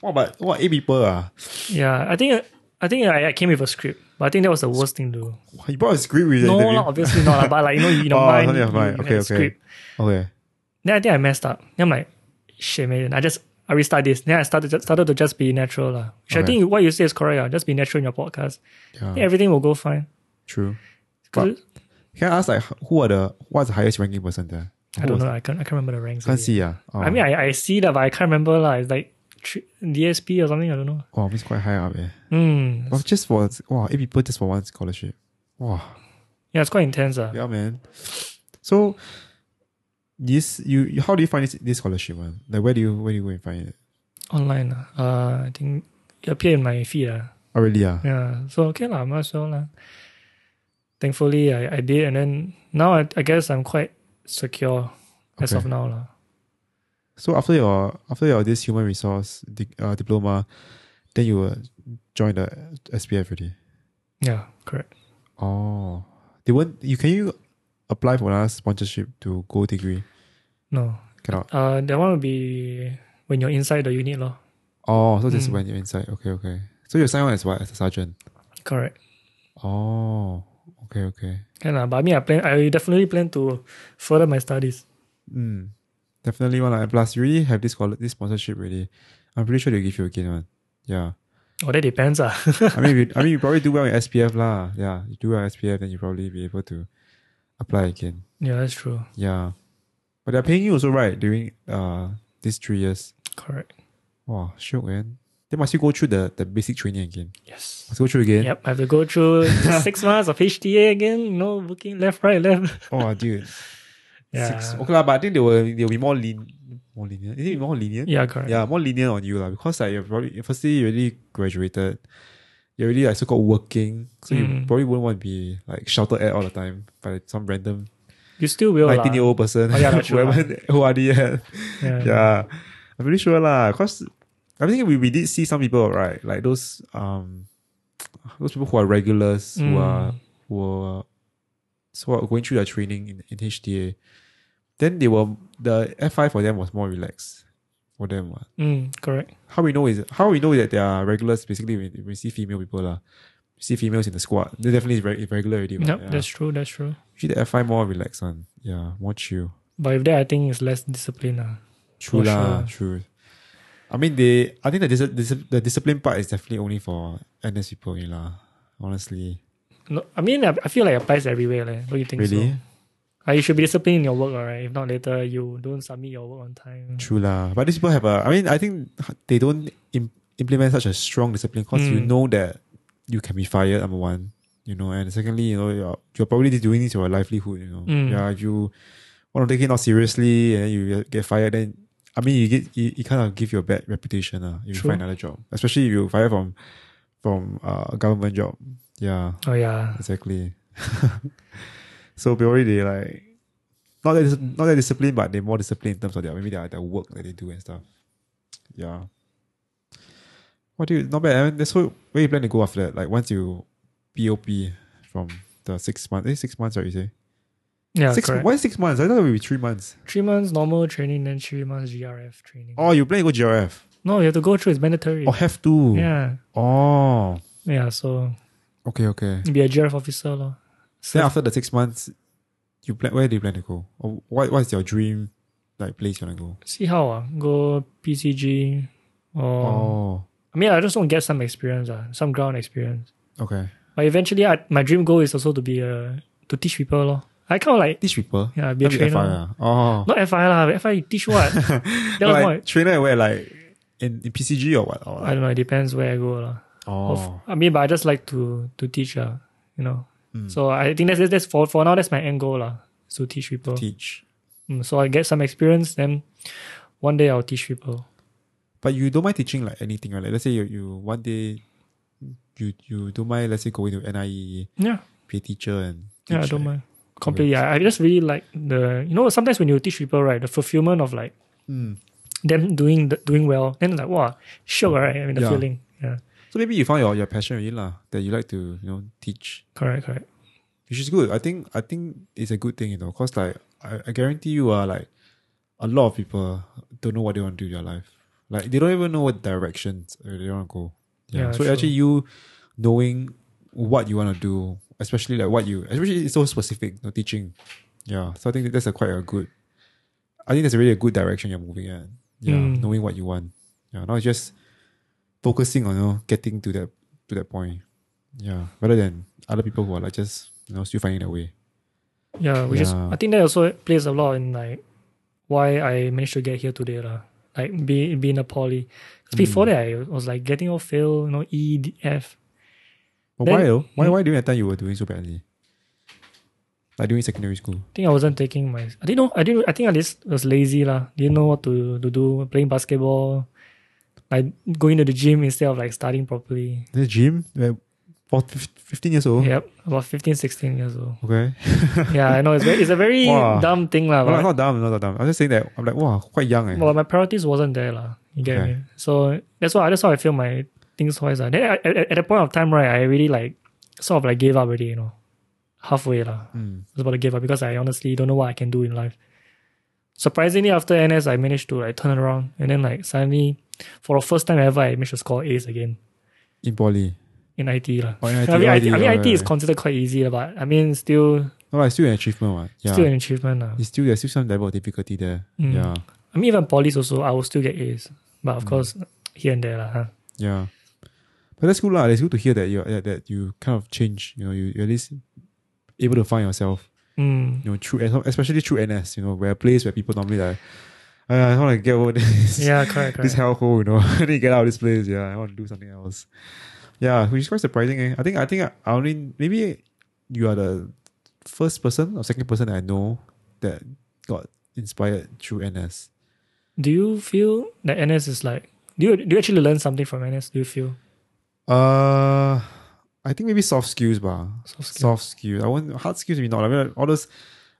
What about, what, eight people ah?
Yeah, I think I think I, I came with a script, but I think that was the worst thing to do.
You brought a script with the
No,
interview?
lah, obviously not. lah, but like you know, you know,
Oh,
mine,
something of
you-
mine.
you had
Okay,
a
okay.
script.
Okay.
Then I think I messed up. Then I'm like, shit, man. I just I restart this. Then I started just, started to just be natural, lah. Which I
Okay. Uh.
think what you say is correct. lah. Just be natural in your podcast.
Yeah,
Then everything will go fine.
true.
'Cause
Can I ask like who are the what's the highest ranking person there?
I don't know. I can't. I can't remember the ranks.
Can't
already.
see ah. Oh.
I mean, I, I see that, but I can't remember lah. It's like thr- DSP or something. I don't know.
wow, it's quite high up eh.
Hmm.
Well, just for wow, eight people just for one scholarship. Wow,
Yeah, it's quite intense. ah.
yeah, man. So this you you- how do you find this, this scholarship one? Like where do you where do you go and find it?
Online. ah. Uh, I think it appeared in my feed. ah.
Oh really? Yeah.
Yeah. So okay lah, might as well lah. Thankfully, I, I did, and then now I, I guess I'm quite secure as
Okay.
of now lah.
So after your after your this human resource di- uh, diploma, then you will join the SPF already.
Yeah, correct.
Oh, they won't. You can you apply for another sponsorship to go degree?
No,
Cannot.
uh, that one would be when you're inside the unit law.
Oh, so this is
Mm.
when you're inside. Okay, okay. So you sign on as what as a sergeant?
Correct.
Oh, okay, okay.
Can lah, but I mean, I plan. I definitely plan to further my studies.
Mm. Definitely one. And plus, you really have this quali- this sponsorship really. I'm pretty sure they'll give you again one. Yeah.
Oh, that depends. Ah,
I mean, if you, I mean, you probably do well in SPF lah. Yeah, you do well in SPF, then you probably be able to apply again.
yeah, that's true.
Yeah. But they're paying you also right during uh these three years.
Correct.
Wow, sure man. They must you go through the, the basic training again.
Yes.
Must go through again.
Yep, I have to go through six months of HTA again. You know, booking left, right, left.
Oh, dude.
Yeah.
Six. Okay, lah, but I think they will they'll be more lean more lenient. Is it more lenient?
Yeah, correct.
Yeah, more lenient on you lah because like you're probably firstly you already graduated. You're already like so called working. So you
Mm.
probably wouldn't want to be like shouted at all the time by some random
You still will lah.
nineteen year old person
Oh, yeah, that's true
whoever who are they at. yeah. I'm pretty sure lah. Cause I think we, we did see some people, right? Like those um those people who are regulars who
Mm.
are who are so are going through their training in, in HDA. Then they were the F five for them was more relaxed for them. ah.
Mm, correct.
How we know is how we know that they are regulars basically we, we see female people lah. We see females in the squad. They definitely is very regular already. what,
Yep,
yeah.
that's true. That's true.
Usually the F five more relaxed one. Yeah, more chill.
But if that, I think it's less discipline. lah.
True
For
lah, true. I mean, they. I think the dis- dis- the discipline part is definitely only for NS people, only lah. Honestly,
No, I mean, I, I feel like it applies everywhere. leh. Don't you think so?
really,
Uh, you should be disciplined in your work, alright. If not, later you don't submit your work on time.
true lah. But these people have a. I mean, I think they don't im- implement such a strong discipline because you
Mm.
know that you can be fired. Number one, you know, and secondly, you know, you're, you're probably doing this for a livelihood. You know,
Mm.
yeah, you want to take it not seriously, and then you get- get fired. Then, I mean, you get you, kind of give you a bad reputation. Uh, if you
True.
find another job, especially if you fire from from uh, a government job. Yeah.
Oh yeah,
Exactly. so Biori they like not that not that disciplined, but they're more disciplined in terms of their maybe their, their work that they do and stuff. Yeah. What do you not bad? I mean, that's what where you plan to go after that? Like once you POP from the six months, eh, six months, right? You say
yeah.
six?
correct.
Why six months? I thought it would be three months.
Three months normal training, then three months GRF training.
Oh, you plan to go GRF?
No, you have to go through. It's mandatory.
Oh, have to.
yeah,
Oh,
yeah. So
okay, okay.
be a GRF officer, lor. So
Then after the six months, you plan where do you plan to go? Or what what's your dream like place you wanna go?
see how ah go PCG or
oh.
I mean I just want to get some experience ah, some ground experience.
Okay.
But eventually, I, my dream goal is also to be a to teach people, lor. I kind of like
Teach people.
yeah, be a
Not be FI,
trainer.
ah. Oh.
Not FI lah. FI you teach what? that was
like,
my-
trainer where like in, in PCG or what? Or
I
like,
don't know. It depends where I go lah.
oh.
of- I mean, but I just like to to teach, uh, you know.
Mm.
So I think that's, that's that's for for now. That's my end goal, lah, is to teach people. Hmm,
Teach.
Mm, so I get some experience, then one day I'll teach people.
But you don't mind teaching like anything, right? Like, let's say you, you one day you you don't mind let's say going to NIE,
Yeah.
be a teacher and
Yeah, I
teach,
don't
right?
mind. Completely. Yeah, I just really like the you know sometimes when you teach people right, the fulfillment of like
Mm.
them doing the, doing well, then like wow, sure, right? I mean the
Yeah.
feeling. Yeah,
So maybe you found your, your passion really lah that you like to, you know, teach.
correct, correct.
which is good. I think I think it's a good thing, you know, because like I, I guarantee you are like a lot of people don't know what they want to do in their life. Like they don't even know what direction they want to go. Yeah.
Yeah,
so
true.
actually, you knowing what you want to do, especially like what you, especially it's so specific. You know, teaching. Yeah. So I think that's a quite a good. I think that's a really a good direction you're moving in. Yeah,
Mm.
knowing what you want. Yeah, not just focusing on you know, getting to that to that point. Yeah, rather than other people who are like just you know still finding their way.
Yeah, which is
Yeah.
I think that also plays a lot in like why I managed to get here today, lah. Like be being a poly. 'Cause
Hmm.
before that I was like getting all fail, you know, E D F.
But
Then-
why though? Why why during that time you were doing so badly? Like during secondary school.
I think I wasn't taking my I didn't know I didn't I think I just was lazy lah. Didn't know what to, to do, playing basketball, like going to the gym instead of like studying properly.
The gym? Like, for fif- fifteen years old.
Yep, about 15, 16 years old.
Okay.
Yeah, I know it's very, it's a very
Wow.
dumb thing lah.
No,
but-
I'm not dumb, I'm not dumb. I'm just saying that I'm like, wow, quite young eh.
well, my priorities wasn't there lah. You get
Okay.
me? So that's why that's how I feel my things twice lah. Then at, at, at the point of time, right, I really like sort of like gave up already. You know, halfway lah.
Mm.
I was about to give up because I honestly don't know what I can do in life. Surprisingly, after NS, I managed to like turn around and then like suddenly, for the first time ever, I managed to score A's again
In poly.
in IT lah.
Oh, in IT,
I mean,
oh,
I, think- I mean,
yeah,
IT is
yeah.
considered quite easy, lah, but I mean, still,
No, like, still an achievement, what? Yeah.
still an achievement lah.
it's still there's still some level of difficulty there.
Mm.
Yeah.
I mean, even polys also, I will still get A's, but
Mm.
of course, here and there lah. Huh?
Yeah. But that's good lah. It's good to hear that you that, that you kind of change, you know, you you're at least able to find yourself.
Mm.
you know, through especially through NS, you know, where a place where people normally like, "Ah, I want to get over this
Yeah, correct,
this
correct.
hellhole, you know, I need to get out of this place. Yeah, I want to do something else. Yeah, which is quite surprising. Eh? I think I think I I only maybe you are the first person or second person that I know that got inspired through NS.
Do you feel that NS is like? Do you do you actually learn something from NS? Do you feel?
Uh, I think maybe soft skills, bah.
Soft skills.
Soft skills. I want hard skills. Maybe not. I mean, like, all those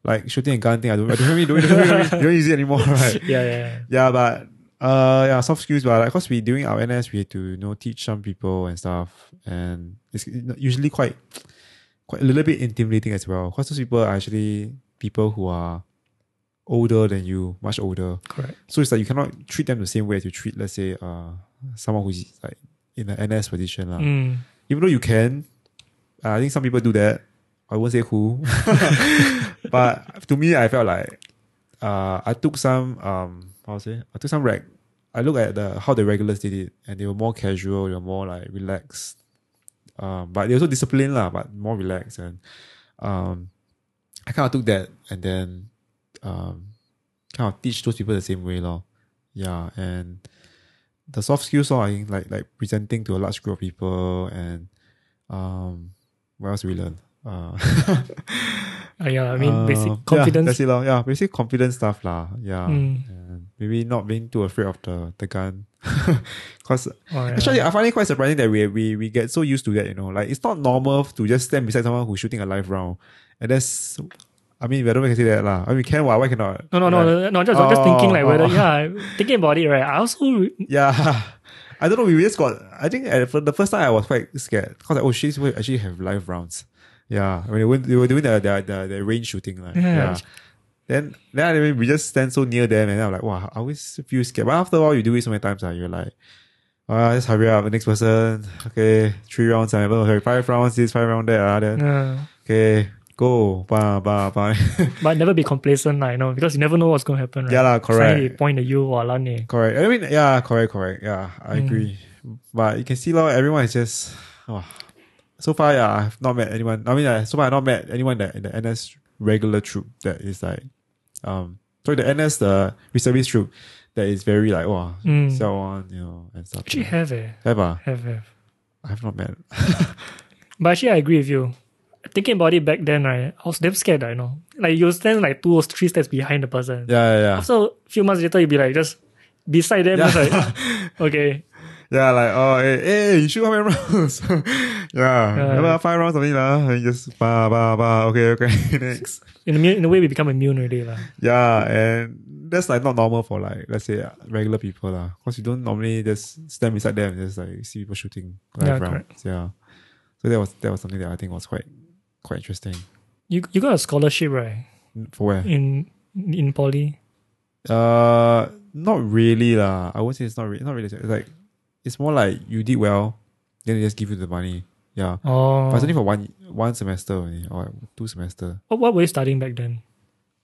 like shooting and gun thing. I don't. I don't really don't, don't, don't, don't use it anymore, right?
Yeah, yeah, yeah.
Yeah, but uh, yeah, soft skills. But like, cause we during our NS, we had to you know teach some people and stuff, and it's usually quite, quite a little bit intimidating as well. Cause those people are actually people who are older than you, much older.
correct.
So it's like you cannot treat them the same way as you treat, let's say, uh, someone who's like in an NS position, lah.
Mm.
Even though you can, uh, I think some people do that. I won't say who, but to me, I felt like uh, I took some um, how to say? I took some reg. I look at the how the regulars did it, and they were more casual. They were more like relaxed, um, but they also disciplined lah, but more relaxed. And um, I kind of took that, and then um, kind of teach those people the same way, lor. Yeah, and the soft skills are I think like like presenting to a large group of people and um what else we learn? Uh,
Uh, yeah, I mean, basic
uh, Yeah,
confidence.
that's it, lah. Yeah, basic confidence stuff, lah. Yeah,
Mm.
and maybe not being too afraid of the the gun, because
Oh, yeah.
Actually, I find it quite surprising that we, we we get so used to that. You know, like it's not normal to just stand beside someone who's shooting a live round, and that's. I mean, I don't know if I can say that lah. I mean, we can why? Why cannot?
no, no,
Like,
no, no, no. Just, I'm just
Oh,
thinking like whether.
oh.
Yeah, I'm thinking about it, right? I also re-
Yeah, I don't know. We just got. I think at, for the first time I was quite scared because like, oh, she's we actually have live rounds. Yeah, when they, went, they were doing the the, the, the range shooting like yeah.
Yeah.
Then then I- we just stand so near them and I'm like, wow, I always feel scared. But after a while, you do it so many times, like, you're like. Uh, just hurry up. The next person. Okay, three rounds. I remember. Okay, five rounds. This five round. That. Uh, then
uh,
okay, go. Ba ba ba.
but never be complacent, like, you know, because you never know what's going to happen, right?
yeah lah, correct.
Suddenly they point at you, or lane.
Correct. I mean, yeah, correct, correct. Yeah, I
Mm.
agree. But you can see, now everyone is just. Oh, so far, yeah, I've not met anyone. I mean, uh, so far, I've not met anyone that in the NS regular troop that is like, um, sorry, the NS the reservist troop that is very like, wow,
Mm.
so on, you know, and stuff.
Actually, have eh,
Ever,
have have.
I've ah? not met.
But actually, I agree with you. Thinking about it back then, right? I was damn scared, I know. Like you stand like two or three steps behind the person.
Yeah, yeah, yeah.
So a few months later, you'd be like just beside them.
Yeah.
It's like, okay,
Yeah, like oh, hey, hey you shoot how many rounds? yeah,
Yeah.
about five rounds only lah. And just ba ba ba. Okay, okay, next.
in a, mu- in a way, we become immune already, lah.
Yeah, and that's like not normal for like let's say uh, regular people lah. Cause you don't normally just stand beside them and just like see people shooting live
Yeah,
rounds. Yeah, so that was that was something that I think was quite quite interesting.
You you got a scholarship right
For where?
in in poly.
Uh, not really lah. I would say it's not really not really. It's like it's more like you did well, then they just give you the money. Yeah,
Oh,
but it's only for one one semester only or like two semester.
what, what were you studying back then?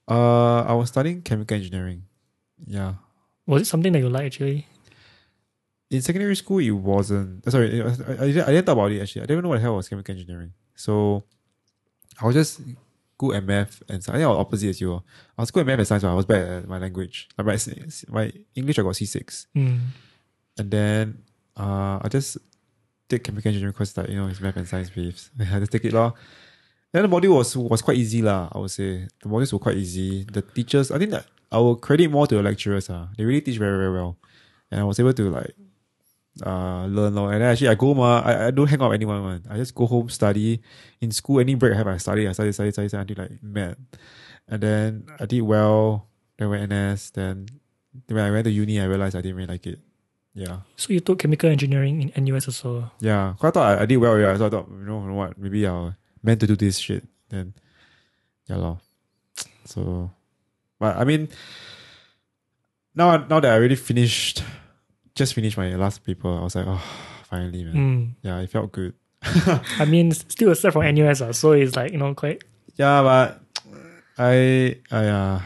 Uh, I was studying chemical engineering. Yeah.
Was it something that you liked actually?
in secondary school it wasn't uh, sorry it was- I, I, didn't- I didn't talk about it actually I didn't even know what the hell was chemical engineering so I was just good at math and science I think I was opposite as you are. I was good at math and science but I was bad at my language Like, my, my English I got C6
Mm.
and then uh, I just did chemical engineering because like you know it's math and science waves I just take it lah then the module was was quite easy lah I would say the modules were quite easy the teachers I think that I will credit more to the lecturers ah they really teach very very well and I was able to like uh learn lor. and then actually I go ma I, I don't hang out with anyone man. I just go home study in school any break I have I study I study study study, study until like mad and then I did well then went NS then then when I went to uni I realized I didn't really like it yeah
So you took chemical engineering in NUS also.
yeah, 'cause I thought I, I did well. Yeah, so I thought you know, you know what, maybe I was meant to do this shit. Then, yeah, lor. So, but I mean, now now that I already finished, just finished my last paper, I was like, oh, finally, man.
Mm.
Yeah, it felt good.
I mean, s- still aside from NUS, ah, so it's like you know quite
Yeah, but I I uh,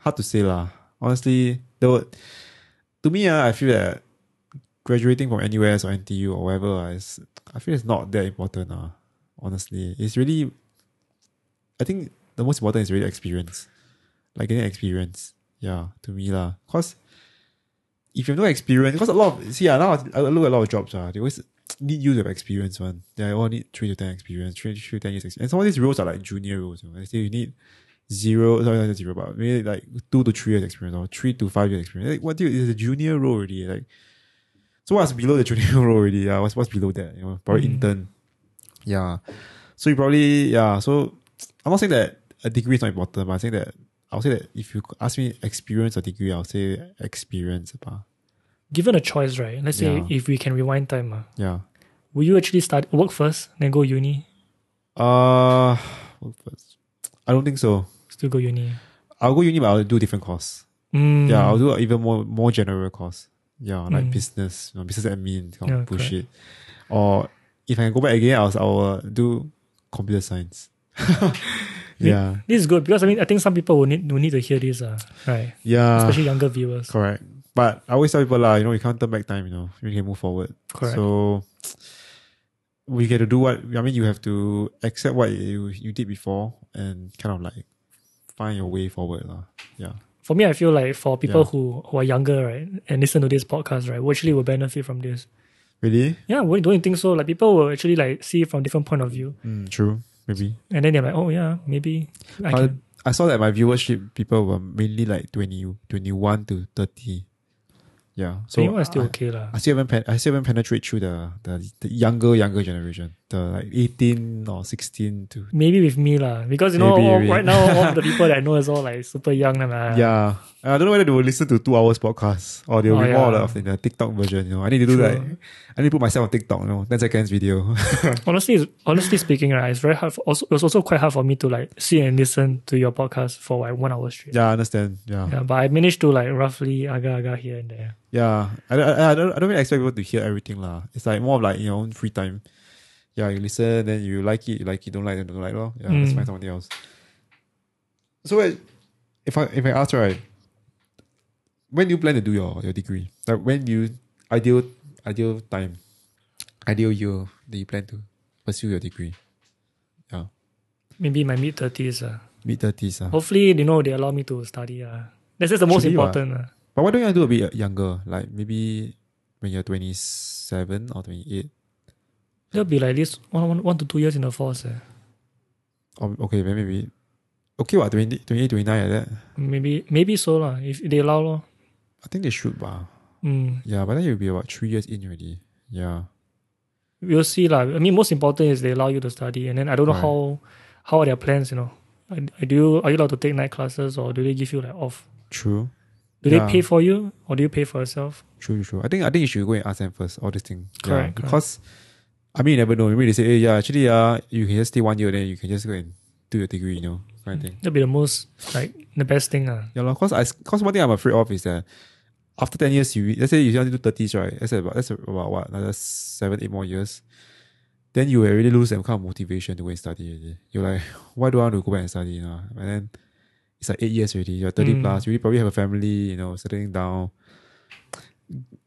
hard to say lah. Honestly, though, to me uh, I feel that graduating from NUS or NTU or whatever uh, is I feel it's not that important uh, Honestly, it's really I think the most important is really experience, like getting experience. Yeah, to me lah, cause if you have no experience, because a lot of see, yeah, now I look at a lot of jobs, uh, they always need you to have experience, man. They all need three to ten experience, three, three to ten years experience. And some of these roles are like junior roles. You know. They say you need zero, sorry, not zero, but maybe like two to three years experience or three to five years experience. Like, what do you, it's a junior role already. Like, so what's below the junior role already? Yeah, what's, what's below that? You know, probably
Mm.
intern. Yeah. So you probably, yeah. So I'm not saying that a degree is not important, but I'm saying that I'll say that if you ask me experience or degree, I'll say experience. Bah.
given a choice, right? Let's say
Yeah.
if we can rewind time, ah,
Yeah.
will you actually start work first, then go uni?
Uh, what first? I don't think so.
Still go uni.
I'll go uni, but I'll do a different course.
Mm.
Yeah, I'll do an even more more general course. Yeah, like
Mm.
business, you know, business admin, kind of
Yeah,
push
correct.
it. Or if I can go back again, I'll, I'll uh, do computer science. yeah,
This is good because I mean I think some people will need will need to hear this, uh, right?
yeah,
Especially younger viewers.
correct. But I always tell people, lah, you know, you can't turn back time. You know, you can move forward.
Correct.
So we get to do what I mean. You have to accept what you you did before and kind of like find your way forward, lah. Yeah.
For me, I feel like for people
Yeah.
who, who are younger, right, and listen to this podcast, right, will actually will benefit from this.
Really?
Yeah, well, don't you think so? Like people will actually like see it from different point of view,
Mm, true. Maybe.
and then they're like, oh yeah, maybe I
I,
can.
I saw that my viewership people were mainly like 20, 21 to 30. Yeah. So
So you are still
I,
okay lah.
I still haven't pen, I still haven't penetrated through the, the the younger younger generation, the like 18 or 16 to
Maybe with me lah, because you know
Maybe,
all,
maybe.
right now all the people that I know is all like super young and uh,
yeah. And I don't know whether they will listen to two hours podcast or they'll
Oh,
be more
yeah.
of in the TikTok version. You know, I need to do
True.
like I need to put myself on TikTok. You know, ten seconds video.
honestly, it's- honestly speaking, right, it's very hard. For, also, it was also quite hard for me to like sit and listen to your podcast for like one hour straight.
yeah, I understand. Yeah, yeah.
Yeah, but I managed to like roughly aga aga here and there.
I, I, I don't I don't really expect people to hear everything lah. It's like more of like your own free time. Yeah, you listen, then you like it, you like it, don't like it, don't like it. lor. Yeah, let's
Mm.
find something else. So wait, if I if I ask right, when do you plan to do your your degree? Like when do you ideal ideal time, ideal year that you plan to pursue your degree?
Maybe my mid thirties. Uh.
Mid thirties, ah.
Hopefully, you know they allow me to study. Uh. That's just the most
Should be what?
important. Uh.
But why don't you do a bit younger? Like maybe when you're twenty seven or twenty eight.
That'll be like this one, one, one to two years in the force. Uh.
Or okay, then maybe okay, what 20, 28, 29 like that.
Maybe maybe so lah. If they allow, lor.
I think they should, bah.
Mm.
Yeah, but then you'll be about three years in already. Yeah.
We'll see lah. I mean, most important is they allow you to study, and then I don't know
Right.
how how are their plans. You know, I, I do. you- Are you allowed to take night classes, or do they give you like off?
True.
Do
Yeah.
they pay for you, or do you pay for yourself?
True, true. I think I think you should go and ask them first, all these things. Yeah,
Correct, correct.
Because I mean you never know. Maybe they say, Hey yeah, actually uh you can just stay one year then you can just go and do your degree, you know, kind of thing.
That'd be the most like the best thing. Uh.
Yeah, because I cause one thing I'm afraid of is that after ten years, you let's say you want to do thirties, right? That's about that's about what another seven, eight more years. Then you will really lose that kind of motivation to go and study. Already. You're like, why do I want to go back and study? You know? And then it's like eight years already. You're thirty
Mm.
plus. You probably have a family. You know, settling down.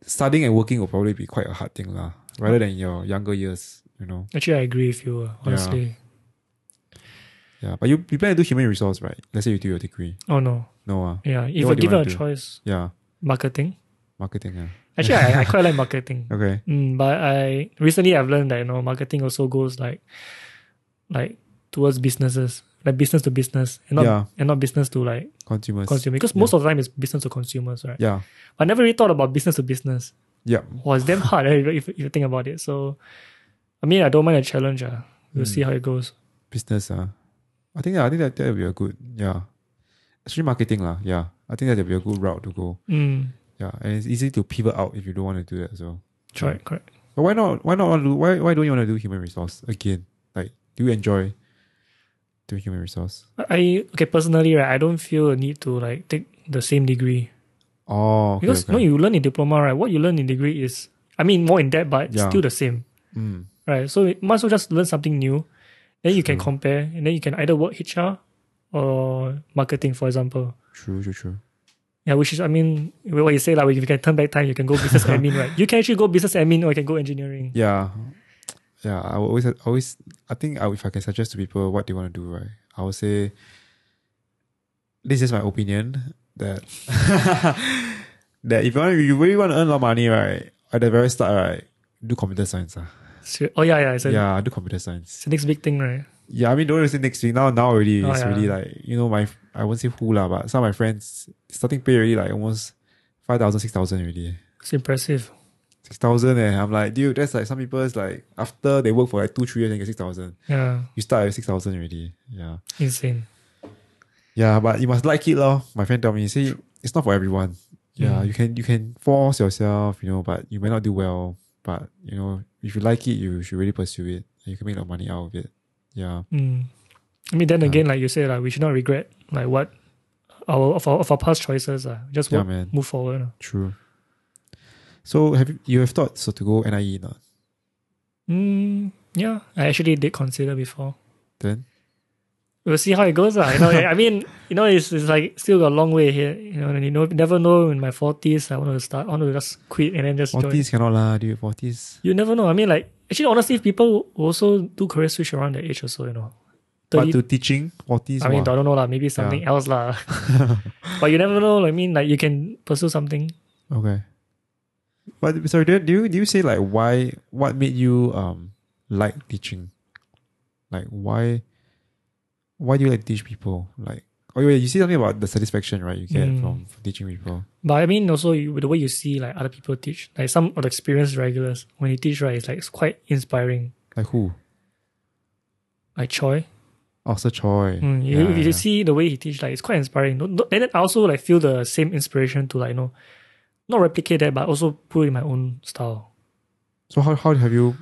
Studying and working will probably be quite a hard thing, lah. Rather than your younger years, you know.
Actually, I agree with you. Uh, honestly,
Yeah, but you, you plan to do human resource, right? Let's say you do your degree.
oh no,
No, ah,
yeah. If I
what do you
give it a
wanna do?
choice,
yeah,
marketing.
marketing, yeah.
Actually, I, I quite like marketing.
Okay,
Mm, but I recently I've learned that you know marketing also goes like like towards businesses, like business to business, and not
Yeah.
and not business to like
consumers.
consumer. Because most of the time it's business to consumers, right?
yeah,
I never really thought about business to business.
yeah.
Was damn hard eh, if, if you think about it. So, I mean, I don't mind a challenge. Uh. We'll
Mm.
see how it goes.
business ah. I think I think that that will be a good yeah. Actually marketing lah, yeah. I think that will be a good route to go.
Mm,
Yeah. And it's easy to pivot out if you don't want to do that so.
try it, correct.
But why not why not want to do why why don't you want to do human resource again? Like do you enjoy doing human resource?
I okay personally, right? I don't feel a need to like take the same degree
Oh okay,
because
okay.
when you learn in diploma, right? What you learn in degree is, I mean, more in depth, but
Yeah.
still the same.
mm,
Right. So it might as well just learn something new. Then you can
True.
compare and then you can either work HR or marketing, for example.
true, true, true.
Yeah, which is I mean what you say, like if you can turn back time, you can go business admin, right? You can actually go business admin or you can go engineering.
Yeah. Yeah, I will always always I think I, if I can suggest to people what they want to do, right? I would say this is my opinion that that if you want, you really want to earn a lot of money, right? At the very start, right, do computer science. ah.
So, oh yeah, yeah. It's a,
Yeah, do computer science.
it's the next big thing, right?
Yeah, I mean, don't really say next week. Now, now already,
Oh,
it's
yeah.
really like, you know, my, I won't say who lah, but some of my friends, starting pay already like almost 5,000, 6,000 already.
It's impressive.
Six thousand, and I'm like, dude, that's like some people's like after they work for like two, three years, they get six thousand.
Yeah.
You start at six thousand already. Yeah,
Insane.
yeah, but you must like it, lor. My friend told me, see, it's not for everyone. Yeah,
Mm.
you can you can force yourself, you know, but you may not do well. But you know, if you like it, you should really pursue it, and you can make a lot of money out of it. Yeah,
Mm. I mean then
Yeah.
again, like you said, like we should not regret like what our of our, of our past choices are. Just
Yeah,
work,
man.
move forward. ah.
true. So have you, you have thought so to go NIE not
Mm, yeah. I actually did consider before.
then?
we'll see how it goes. lah. You know, I mean, you know, it's, it's like still got a long way here. You know, and you know, never know in my forties I want to start, I want to just quit and then just join.
Forties cannot lah, dude. Forties.
You never know. I mean, like actually, honestly, people also do career switch around that age or so. You know,
But
30
to teaching, forties.
I mean, I don't know lah. Maybe something else lah. but you never know. I mean, like you can pursue something.
Okay. But sorry, do, do you do you say like why? What made you um like teaching? Like why? Why do you like to teach people? Like oh yeah, you see something about the satisfaction right you get
Mm.
from, from teaching people.
But I mean, also you, the way you see like other people teach, like some of the experienced regulars when you teach, right, it's like it's quite inspiring.
Like who?
Like Choi,
Oh, Sir Choi.
Mm, you,
Yeah,
if you
yeah.
see the way he teach, like it's quite inspiring. No, no, and then I also like feel the same inspiration to like you know, not replicate that, but also put in my own style,
So how how have you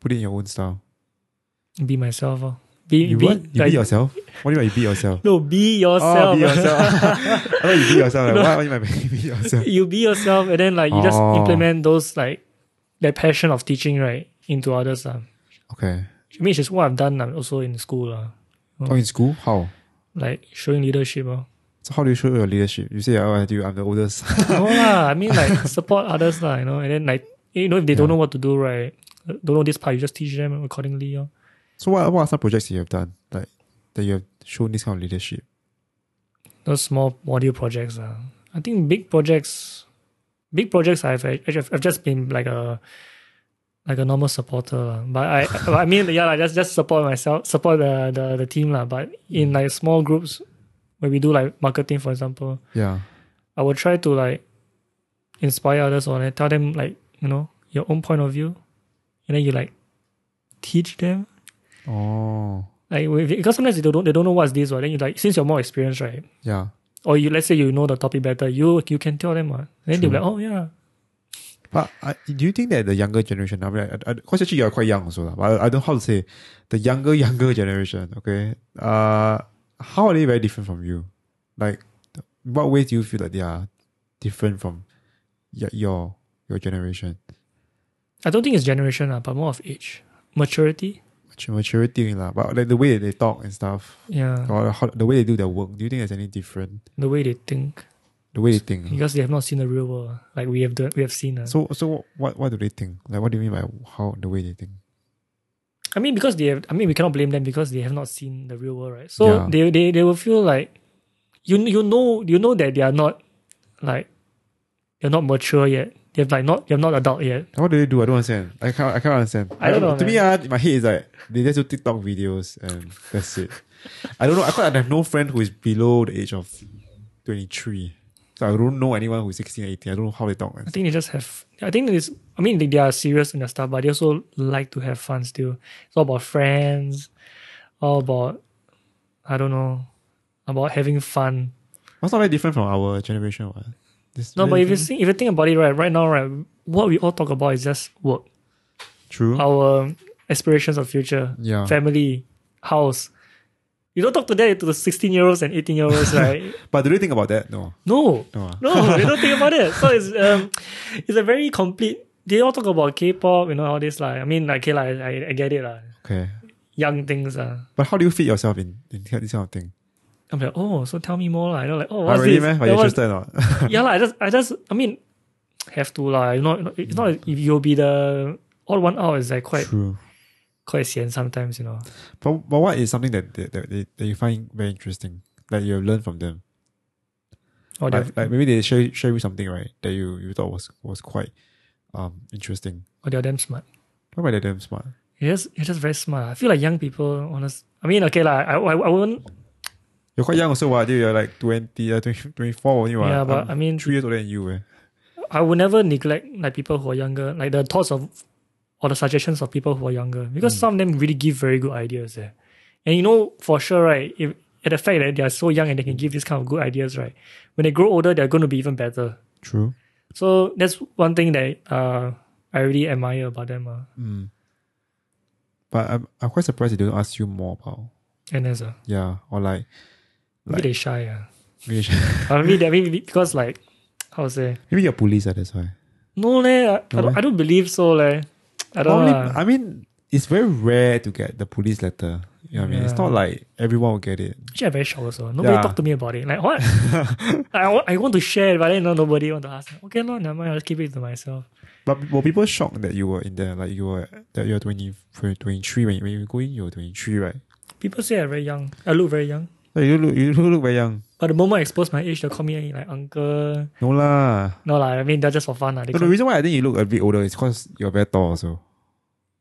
put it in your own style?
be myself. ah. Be
You
be,
what? You
like-
beat yourself? What do you mean by you beat yourself?
No, be yourself.
Oh, beat yourself. I thought you beat yourself. Like, why, why you mean by you beat yourself?
you be yourself, and then like you just
Oh.
implement those like that passion of teaching right into others. Uh.
Okay.
Which is what I've done ah, also in school, uh,
Oh, in school? How?
like showing leadership. ah.
So how do you show your leadership? You say, oh, I do. I'm the oldest.
no lah, I mean like support others lah, you know, and then like you know if they don't
Yeah.
know what to do right, don't know this part, you just teach them accordingly. Oh.
So what what are some projects you have done like that you have shown this kind of leadership?
Those small audio projects lah. I think big projects, big projects I've I've, I've just been like a like a normal supporter lah. But I but I mean yeah, like just just support myself, support the the, the team lah. But in like small groups where we do like marketing for example,
Yeah.
I will try to like inspire others on it. Tell them like you know your own point of view, and then you like teach them.
Oh.
Like with- because sometimes they don't they don't know what's this. Right? Then you like since you're more experienced, right?
Yeah.
Or you let's say you know the topic better, you you can tell them. What. Then they'll be like, oh yeah,
But I, do you think that the younger generation, I mean, I- I, because actually you're quite young also, lah, but I, I don't know how to say, the younger, younger generation, okay, uh, how are they very different from you? Like, what ways do you feel that they are different from y- your your generation?
I don't think it's generation, lah, but more of age, maturity.
Matur- Maturity, lah, but like the way that they talk and stuff,
Yeah,
or how, the way they do their work, do you think there's any different?
the way they think
The way they think?
because they have not seen the real world like we have done, we have seen. Uh.
So, so what what do they think? Like, what do you mean by how the way they think?
I mean, because they have, I mean, we cannot blame them because they have not seen the real world, right? So
Yeah.
they, they they will feel like you you know you know that they are not like they're not mature yet. They're like not they're not adult yet.
What do they do? I don't understand. I can't. I can't understand.
I don't know,
To me, uh, my head is like they just do TikTok videos and that's it. I don't know. I quite I have no friend who is below the age of twenty three. So I don't know anyone who's 16 or 18. I don't know how they talk. man.
I think they just have. I think it's. I mean, they, they are serious in their stuff, but they also like to have fun still. It's all about friends, all about I don't know about having fun.
What's not very different from our generation? What? This
No, but
very
if you
different?
think if you think about it, right, right now, right, what we all talk about is just work,
true,
our aspirations of future,
yeah.
family, house. You don't talk to that to the 16 year olds and 18 year olds, right?
But do you think about that? No,
No.
no. ah.
No, they don't think about it. So it's um it's a very complete they all talk about K pop, you know, all this like I mean like okay, like I, I get it lah.
Okay.
Young things uh.
But how do you fit yourself in, in this kind of thing?
I'm like, oh, so tell me more. Like, you know, like, oh,
Not
what's
really,
this?
man. Are
Then
you
what-
interested or not?
yeah, like, I just, I just, I mean, have to lah. You know, it's not if you'll be the odd one out. Is like quite,
True.
quite sian sometimes. You know,
But, but what is something that that, that, that you find very interesting that you have learned from them?
or Oh, they're,
like, like maybe they share share you something right that you, you thought was was quite um interesting.
or oh, they're damn smart.
Why were they damn smart?
You're just, you're just very smart. I feel like young people, honest. I mean, okay, like, I, I, I won't
You're quite young also, what? Dude, you're like 20, uh, 20 24 only, what?
Yeah, but
I'm
I mean-
three years older than you, eh?
I would never neglect like people who are younger, like the thoughts of or the suggestions of people who are younger, because
Mm.
some of them really give very good ideas there. And you know for sure, right? If at the fact that they are so young and they can give this kind of good ideas, right? When they grow older, they're going to be even better.
True.
So that's one thing that uh, I really admire about them. Uh,
Mm. But I'm I'm quite surprised they don't ask you more about
and as a
yeah or like
uh. maybe
Like-
they shy. Uh.
maybe,
I mean, I mean because like how to say
maybe you're police, ah, that's why.
no leh, I, I,
No
don't,
meh?
I don't believe so leh. I don't
Normally,
know. uh. lah.
I mean, it's very rare to get the police letter. You know what I mean? It's
Yeah.
not like everyone will get it.
Actually, I'm very shocked also. Nobody
Yeah.
talked to me about it. Like, what? I, want, I want to share, but then you know, nobody want to ask. Okay, no, never mind. I'll keep it to myself.
But were people shocked that you were in there? Like you were that you're 20, 23 when you, when you go in, you were twenty three, right?
People say I'm very young. I look very young.
Like you look you look, look very young.
But the moment I expose my age, they'll call me like uncle.
No lah.
No, like, I mean, that's just for fun. lah. They
Oh, No, the
call-
reason why I think you look a bit older is because you're very tall. Also,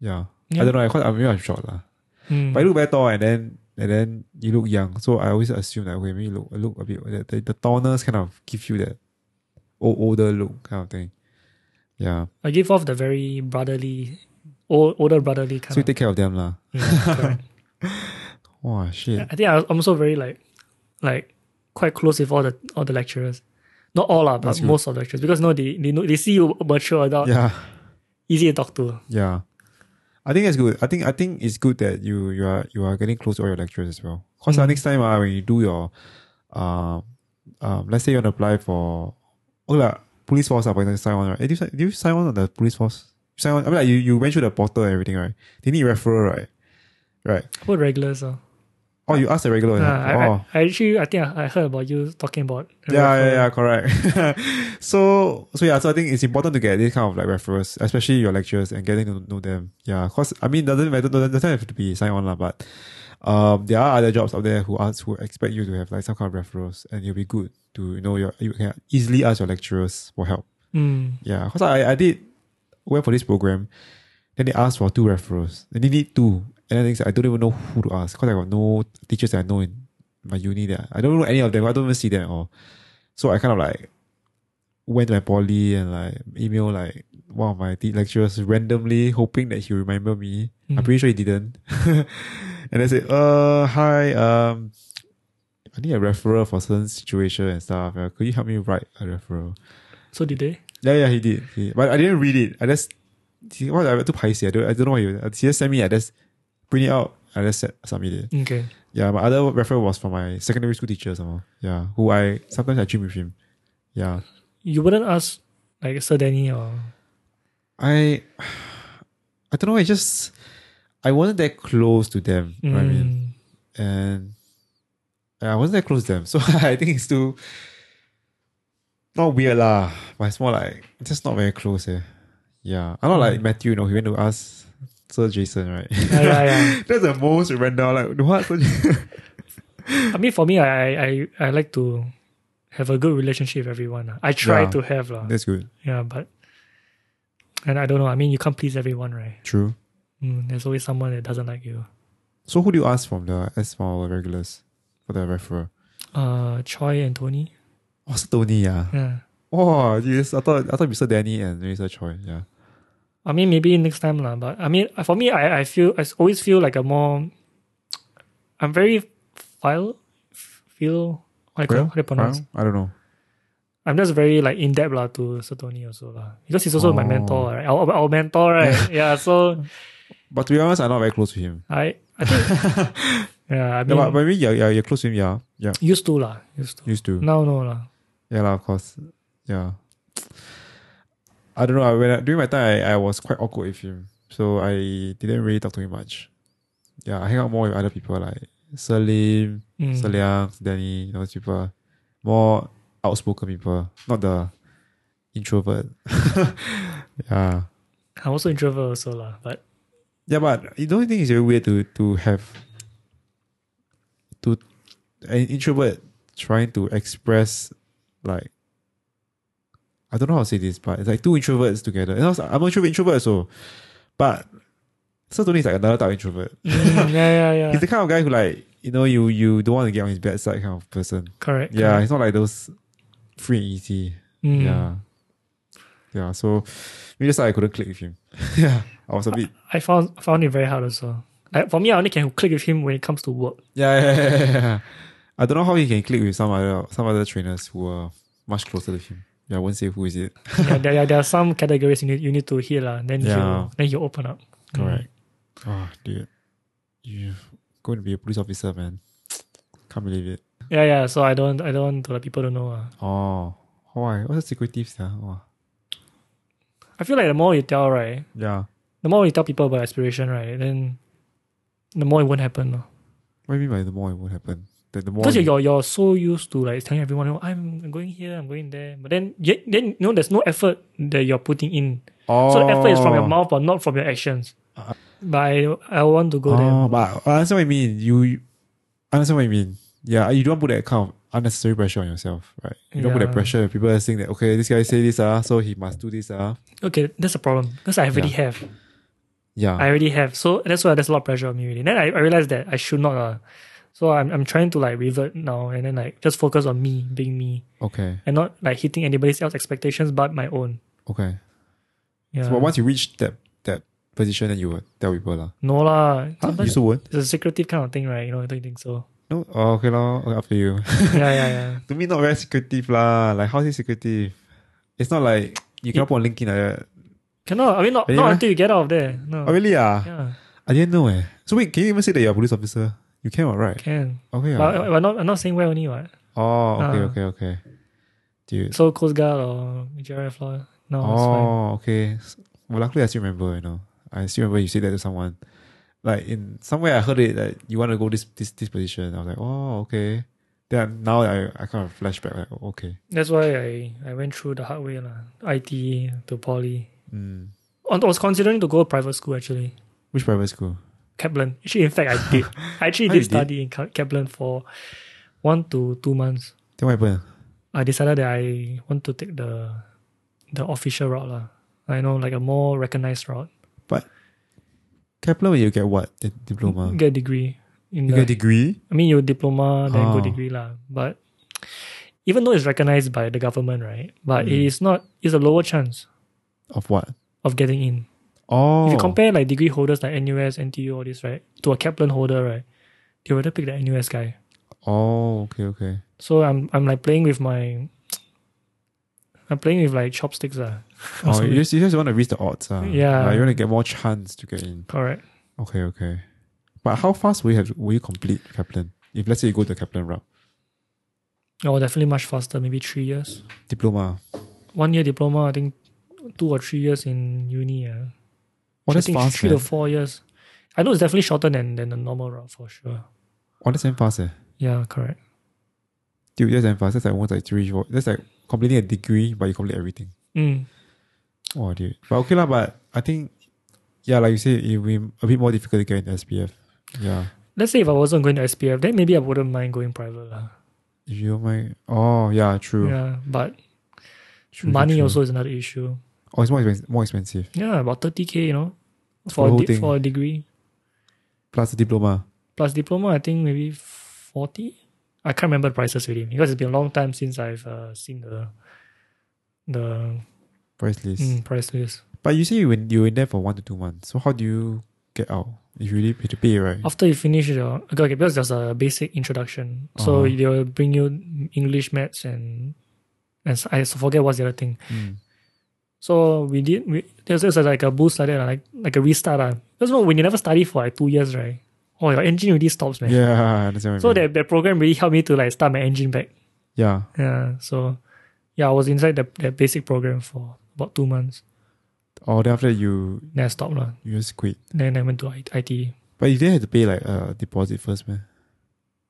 yeah.
Yeah.
I don't know. I, cause, I maybe I'm short lah.
Hmm.
But you look very tall, and then and then you look young. So I always assume that when you look look a bit that the, the tallness kind of gives you that old, older look kind of thing. Yeah.
I give off the very brotherly, old, older brotherly kind
So you
of.
take care of them lah.
Yeah, correct.
Wow, shit.
I think I- I'm also very like, like, quite close with all the all the lecturers. Not all lah, but
That's good.
most of the lecturers because no, they they know they see you a mature adult,
Yeah.
easy to talk to.
Yeah. I think that's good. I think I think it's good that you you are you are getting close to all your lecturers as well. Cause uh,
Mm.
next time uh, when you do your um um let's say you want to apply for oh like, police force uh, for example sign on right. Eh, Do you, sign- do you sign on on the police force? You sign on I mean like you, you went through the portal and everything, right? They need referral, right? Right.
What regulars are.
Oh you asked the regular
Uh,
one.
I,
oh.
I, I actually, I think I, I heard about you talking about.
yeah, yeah, yeah, correct. so, so yeah, so I think it's important to get this kind of like referrals, especially your lecturers and getting to know them. Yeah, cause I mean, doesn't matter, doesn't doesn't have to be signed on lah, but um, there are other jobs out there who ask who expect you to have like some kind of referrals, and it'll be good to you know your you can easily ask your lecturers for help.
Mm.
Yeah, because I, I did went for this program, then they asked for two referrals. They needed two. And I think I don't even know who to ask because I got no teachers that I know in my uni there. I don't know any of them. I don't even see them at all. So I kind of like went to my poly and like email like one of my te- lecturers randomly, hoping that he'll remember me. I'm pretty sure he didn't. and I said, "Uh, hi. Um, I need a referral for certain situation and stuff. Uh, could you help me write a referral?"
So did they?
Yeah, yeah, he did. He- but I didn't read it. I just he- what I too paiseh. I don't, I don't know what he, he just sent me. I just print it out. I just set, submit it.
Okay.
Yeah, my other referral was from my secondary school teacher somehow. Yeah, who I sometimes I dream with him. Yeah,
You wouldn't ask like Sir Danny or
I I don't know. I just I wasn't that close to them. you know what I mean,
Mm.
and I wasn't that close to them, so I think it's too not weird lah. But it's more like just not very close. Eh. Yeah, I'm not like Matthew. You know, he went to ask Sir Jason, right?
Hmm. Yeah, yeah, yeah.
That's the most random. Like what? Sir Jason?
mm. I mean, for me, I, I, I like to have a good relationship with everyone. lah. I try
Yeah.
to have lah.
That's good.
Yeah, but and I don't know. I mean, you can't please everyone, right?
True.
Mm, there's always someone that doesn't like you.
So who do you ask from the SML regulars for the referral?
Uh, Choi and Tony.
Oh, Sir Tony, yeah.
Yeah.
Oh, you just, I thought I thought you said Danny and then you said Choi. Yeah.
I mean, maybe next time lah. But I mean, for me, I, I feel I always feel like a more. I'm very file, feel. How do you call- how do you pronounce?
I don't know.
I'm just very like in depth lah to Sir Tony also lah because he's also my
Oh.
mentor, right? Our, our mentor, right? yeah. So
But to be honest, I'm not very close to him.
I, I think. yeah, I
Yeah,
mean,
but, but maybe you're, you're, you're close to him, yeah. Yeah.
used to lah, used to.
Used to.
Now no lah.
Yeah, lah, of course. Yeah. I don't know. I, when I, during my time, I, I was quite awkward with him, so I didn't really talk to him much. Yeah, I hang out more with other people like Salim,
Mm.
mm. Liang, Danny, those people, more outspoken people, not the introvert. yeah,
I'm also introvert also lah, but
yeah, but you don't think it's very weird to to have to an introvert trying to express like I don't know how to say this, but it's like two introverts together. And I was, I'm not sure introvert so, but certainly it's like another type of introvert.
Mm, yeah, yeah,
He's
yeah.
the kind of guy who like you know you you don't want to get on his bad side kind of person.
Correct.
Yeah, it's not like those free and easy.
Mm.
Yeah. Yeah. So maybe just like I couldn't click with him. yeah. I was a bit
I found found it very hard also. Like for me, I only can click with him when it comes to work.
yeah, yeah, yeah, yeah, yeah. I don't know how he can click with some other some other trainers who are much closer to him. Yeah, I won't say who is it.
yeah, there, yeah, there are some categories you need you need to hear lah. Then
Yeah.
you then you open up. Mm.
Correct. Oh dude. You're going to be a police officer, man. Can't believe it.
Yeah, yeah. So I don't I don't want to let people to know. ah.
Oh. Why? What's the secretive yeah? Oh.
I feel like the more you tell, right,
Yeah.
the more you tell people about aspiration, right, then the more it won't happen. lor.
What do you mean by the more it won't happen? That the more
Because
you-
you're, you're you're so used to like telling everyone, oh, I'm going here, I'm going there, but then yet, then you know there's no effort that you're putting in.
oh.
So the effort is from your mouth, but not from your actions.
Ah.
But I, I want to go there.
Oh, but I understand what you mean. You I understand what you mean. Yeah, you don't put that kind of unnecessary pressure on yourself, right? You don't put
Yeah.
that pressure. on People saying that okay, this guy say this ah, so he must do this ah.
Okay, that's a problem because I already have.
Yeah,
I already have. So that's why there's a lot of pressure on me really. Then I, I realized that I should not. Uh, so I'm, I'm trying to like revert now and then like just focus on me, being me,
okay,
and not like hitting anybody else's expectations but my own.
okay.
Yeah.
But once you reach that that position, then you will tell people lah.
no lah.
Huh? You
Sometimes
still won't?
It's a secretive kind of thing, right? You know, I don't think so.
No, oh, okay lah. Okay, up to you.
yeah, yeah, yeah.
to me, not very secretive lah. Like how is it secretive? It's not like you cannot put on LinkedIn like that.
Cannot. I mean, not,
Really
not
meh?
until you get out of there. No.
Oh really? Ah,
Yeah,
I didn't know eh. So wait, can you even say that you're a police officer? You can, what, right?
can.
Okay. ah.
But, but not, I'm not saying where only, what?
Oh, okay,
Ah.
okay, okay. Dude.
So Coast Guard or JRF law. No, it's fine.
oh, okay. S- Well, luckily I still remember. You know, I still remember you said that to someone. Like in somewhere I heard it that you want to go this this this position. I was like, oh, okay. Then now I I kind of flashback like, oh, okay.
That's why I, I went through the hard way, lah. IT to poly.
Mm.
I was considering to go private school actually.
Which private school?
Kaplan. Actually, in fact, I did. I actually
Oh,
did
you did?
study in Ka- Kaplan for one to two months.
Then what happened?
I decided that I want to take the the official route, lah. I know, like a more recognized route.
Kaplan, you get what? The diploma.
Get a degree. In
you
the,
get a Oh. degree.
I mean, your diploma, then go
Ah.
degree, lah. But even though it's recognized by the government, right? But
Hmm.
it is not. It's a lower chance
Of what?
of getting in.
Oh,
If you compare like degree holders like NUS, NTU, all this, right, to a Kaplan holder, right, they rather pick the NUS guy.
oh, okay, okay.
So I'm I'm like playing with my I'm playing with like chopsticks uh, or
Oh,
something.
you just, you just want to reach the odds, ah.
Yeah.
Like, you want to get more chance to get in.
Correct.
Okay, okay. But how fast will you have? Will you complete Kaplan? If let's say you go the Kaplan route,
Oh definitely much faster, maybe three years.
diploma.
One year diploma, I think two or three years in uni, uh,
Oh,
I
that's
think
fast.
three
man.
to four years. I know it's definitely shorter than, than the normal route for sure.
Oh, that's damn fast. Eh.
Yeah, correct.
Dude, that's damn fast. That's like one like three, four. That's like completing a degree, but you complete everything.
Mm.
Oh, dude. But okay lah. But I think, yeah, like you say, it will be a bit more difficult to get into SPF. Yeah.
Let's say if I wasn't going to SPF, then maybe I wouldn't mind going private. lah.
If you don't mind. Oh, yeah, true.
Yeah, but
True,
money
true.
also is another issue.
Oh, it's more expensive. More expensive.
Yeah, about 30k, you know,
the
for,
whole
a, de-
thing.
for a degree.
Plus the diploma.
Plus diploma, I think maybe 40. I can't remember the prices really because it's been a long time since I've uh, seen the the
Price list.
mm, price list.
But you say you were, you were in there for one to two months. So how do you get out? If you really pay to pay, right?
After you finish your okay, okay, because there's a basic introduction, so
Uh-huh.
they'll bring you English, maths, and and s- I forget what's the other thing.
Mm.
So we did. We, there's just like a boost like that, like like a restart. Ah, because you know, when you never study for like two years, right? Oh, your engine really stops, man.
Yeah, I understand what
So
you mean.
that that program really helped me to like start my engine back.
Yeah.
Yeah. So yeah, I was inside the that basic program for about two months.
Or Oh, then after that you
Then I stopped lah.
you just quit.
Then I went to I- E. IT.
But you didn't have to pay like a deposit first, man.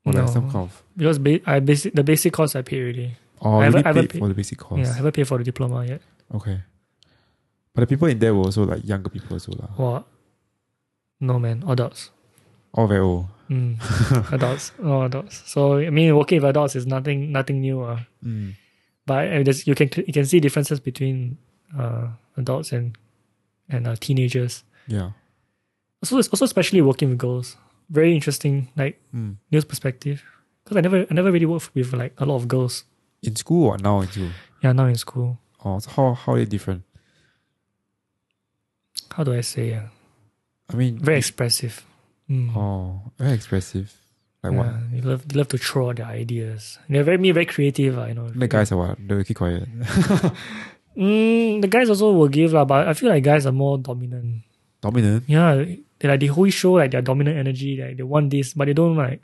Or like
No.
some kind of
Because ba- I basic the basic course I paid already.
Oh, you
I
really
haven't- I haven't
paid for the basic cost.
Yeah, I haven't paid for the diploma yet.
Okay. But the people in there were also like younger people also lah.
What? No man, adults.
All very old.
Mm. adults. Oh adults. So I mean working with adults is nothing nothing new. Uh.
Mm.
But uh, there's- you can you can see differences between uh, adults and and uh, teenagers.
Yeah.
Also, also especially working with girls. Very interesting, like
Mm.
news perspective. Because I never I never really worked with like a lot of girls.
In school or now in school?
Yeah, now in school.
Oh, so how how are they different?
How do I say? Yeah?
I mean
Very expressive. Mm.
Oh, very expressive. Like what?
yeah, they love they love to throw out their ideas. They're very me very creative. I know.
The guys are what? They will keep quiet.
Mm, the guys also will give lah, but I feel like guys are more dominant.
Dominant.
Yeah, they like they always show like their dominant energy. Like they want this, but they don't like.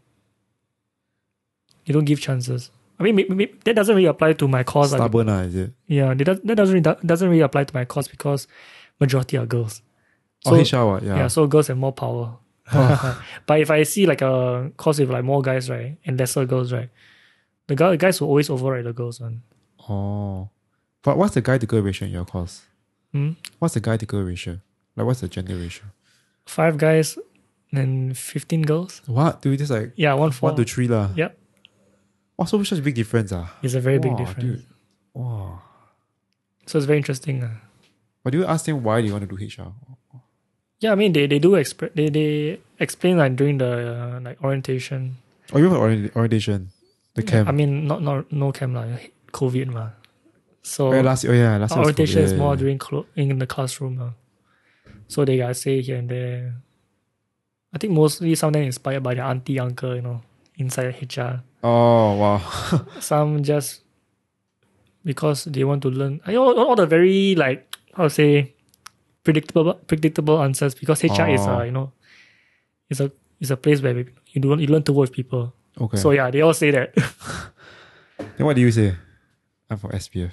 They don't give chances. I mean, may- may- that doesn't really apply to my cause. lah,
Stubborn, ah, is it?
Yeah, that, does- that doesn't really, doesn't really apply to my course because majority are girls.
oh, HR, what?
yeah.
Yeah.
so girls have more power. but if I see like a course with like more guys, right, and lesser girls, right, the gu- guys will always override the girls one.
Oh. But what's the guy to girl ratio in your course?
Hmm?
What's the guy to girl ratio? Like what's the gender ratio?
Five guys and fifteen girls.
What? Dude, just like
Yeah, one four.
one to three lah.
Yep,
Oh, so such a big difference, ah.
it's a very
Wow,
big difference.
Dude. Wow.
So it's very interesting. ah.
But do you ask them why do you want to do HR?
Yeah, I mean they, they do expre- they they explain like during the uh, like orientation.
Oh, you have orient- orientation, the camp.
I mean not not no camp like COVID ma. So
oh, yeah, last year, oh, yeah, last year was
orientation
COVID,
is
yeah,
more
yeah.
during clo- in the classroom. ah. So they gotta say here and there. I think mostly sometimes inspired by the auntie uncle, you know, inside HR.
Oh wow,
Some just because they want to learn. You know, all all the very like how to say predictable predictable answers because HR is
Oh.
a you know is a is a place where you do you learn to work with people.
okay.
So yeah, they all say that.
then what do you say? I'm from SPF.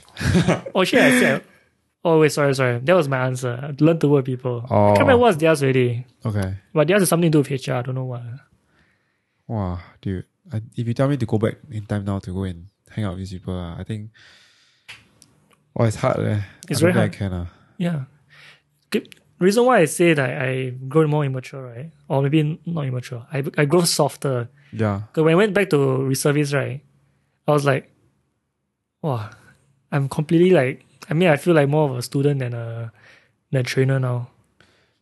Oh shit, I said. Oh wait, sorry, sorry. That was my answer. Learn to work with people. I
Oh.
can't remember what's theirs already.
Okay,
But theirs is something to do with HR. I don't know what.
wow, dude. I, if you tell me to go back in time now to go and hang out with these people, ah, I think. Oh, it's hard. Eh.
It's
I don't
very
think I can. ah.
Yeah. Good. Reason why I say that I've grown more immature, right? Or maybe n- not immature. I I grow softer.
Yeah.
Because when I went back to reservice, right, I was like, wow, I'm completely like. I mean, I feel like more of a student than a than a trainer now.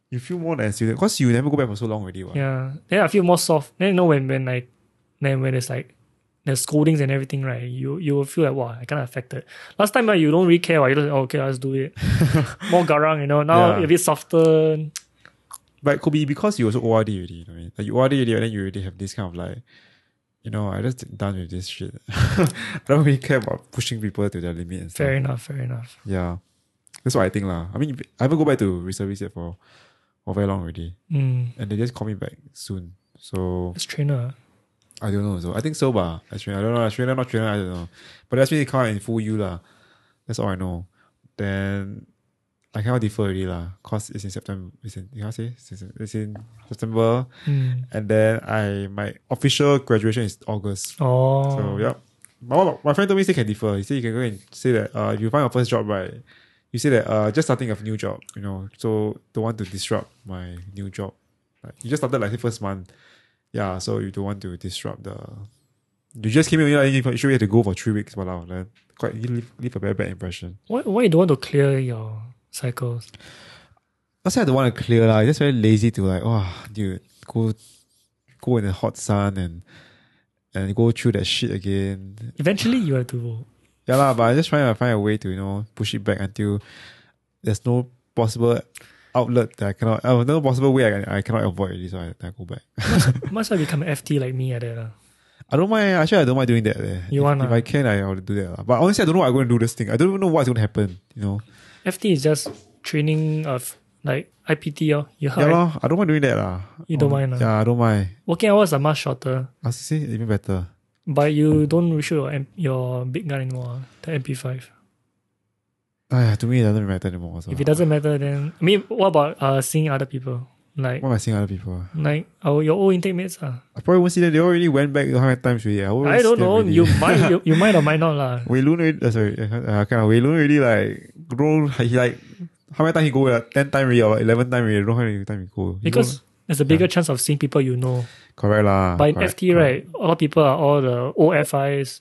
You feel more than a student because you never go back for so long already. What?
Yeah. Then I feel more soft. Then you know when when I then when it's like the scoldings and everything, right? You you will feel like wow, I kind of affected. Last time, right, you don't really care. Right? You just oh, okay, let's do it. More garang, you know. Now
Yeah.
a bit softer.
But could be because you also ORD already, you know what I mean? Like you ORD already and then you already have this kind of like, you know, I just done with this shit. I don't really care about pushing people to their limit and stuff.
Fair enough. Fair enough.
Yeah. That's what I think lah. I mean I haven't go back to reservice yet for, for very long already.
Mm.
And they just call me back soon. So
It's trainer.
I don't know. So I think so bah. Australia. I don't know. Australia, not Australia, I don't know. But that's really can't and fool you lah. That's all I know. Then I cannot defer already lah. Cause it's in September. It's in you know say it's in, it's in September.
Mm.
And then I my official graduation is August.
Oh.
So yeah. My, one- my friend told me say can defer. He said you can go and say that uh if you find your first job right, you say that uh just starting a new job, you know, so don't want to disrupt my new job. Like, you just started like the first month. Yeah, so you don't want to disrupt the you just came in like, you sure you had to go for three weeks, but then quite you leave, leave a very bad impression.
Why why you don't want to clear your cycles?
Not say I don't want to clear lah. I just very lazy to like, oh, dude, go, go in the hot sun and and go through that shit again.
Eventually, you have to.
Yeah lah, but I just trying to find a way to you know push it back until there's no possible outlet that I cannot. Oh, no possible way I, can- I cannot avoid it. So I, I go back.
Must have become an FT like me at that. ah. lah.
I don't mind. Actually, I don't mind doing that. eh. if,
You want,
If
ah.
I can, I will do that. lah. But honestly, I don't know what I'm going to do this thing. I don't even know what's going to happen. You know.
FT is just training of like IPT. Oh, you
Yeah
heard right?
lah. I don't mind doing that lah.
You don't mind lah.
Yeah, I don't mind.
working hours are much shorter,
I see even better.
but you don't shoot your, M- your big gun anymore. ah, The MP5.
Ah, to me, it doesn't matter anymore. Also.
If it doesn't matter, then I mean, what about uh seeing other people like
What am I seeing other people?
like our your old intake mates? ah?
I probably won't see them. They already went back how many times already. I, won't
I don't
see them
know.
already.
You might you, you might or might not lah.
Wei Lun already, uh, sorry, uh, kind of Wei Lun already like grow. He like how many times he go? Like, Ten times already or eleven times already. I don't know how many times he go. He
Because
go-
there's a bigger chance of seeing people you know.
correct lah.
But in
Ah, correct,
FT,
correct.
right, a lot of people are all the OFIs,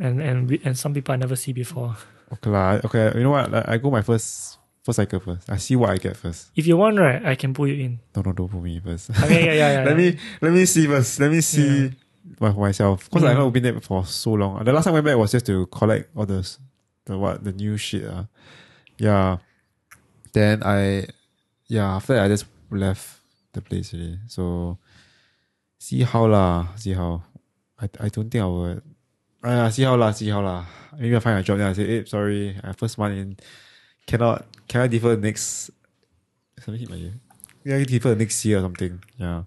and and we, and some people I never see before.
Okay lah. Okay, you know what? Like, I go my first first cycle first. I see what I get first.
If you want, right, I can pull you in.
No, no, don't put me first.
I mean, yeah, yeah, yeah.
let
yeah.
me let me see first. Let me see
Yeah.
my, for myself. Because
Yeah.
I've not been there for so long. The last time I went back was just to collect all the s- the what the new shit. Uh. Yeah. Then I yeah, after that I just left the place really. So see how lah, see how. I I don't think I would uh, see how lah, see how lah. Maybe I find a job then I say, hey, sorry, I first month in cannot can I defer the next something hit my ear. Yeah, I defer the next year or something. Yeah.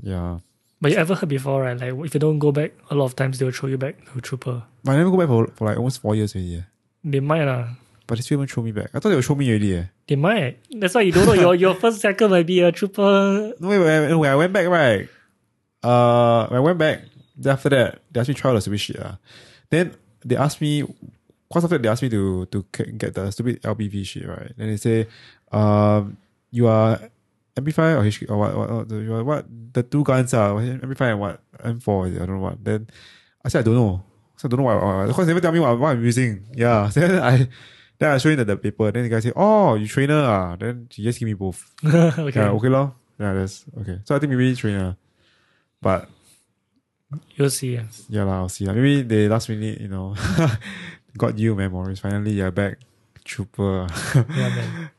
Yeah.
But you ever heard before, right? Like if you don't go back, a lot of times they will throw you back to trooper.
But I never go back for, for like almost four years already. eh.
They might lah.
But they still haven't throw me back. I thought they would throw me already. eh.
They might. That's why you don't know your your first cycle might be a trooper.
No, wait, when, I- when I went back, right? Uh, when I went back, then after that, they asked me to try all the stupid shit. Uh. Then they asked me, cause after that, they asked me to to c- get the stupid LBV shit, right? Then they say, um, you are MP5 or HQ or what, what, what, you are what the two guns are MP5 and what M4 is it? I don't know what. Then I said I don't know. So I don't know what, what, what because they never tell me what, what I'm using. Yeah. So then I then I show him the, the paper. Then the guy say, oh, you trainer ah. Then he just give me both.
okay.
Yeah, okay lor. Yeah, that's okay. So I think maybe trainer. But
You'll see.
yeah, lah, I'll see. lah. Maybe they last minute, you know, got you, man, Maurice. Finally, you're back. Trooper.
Yeah, man.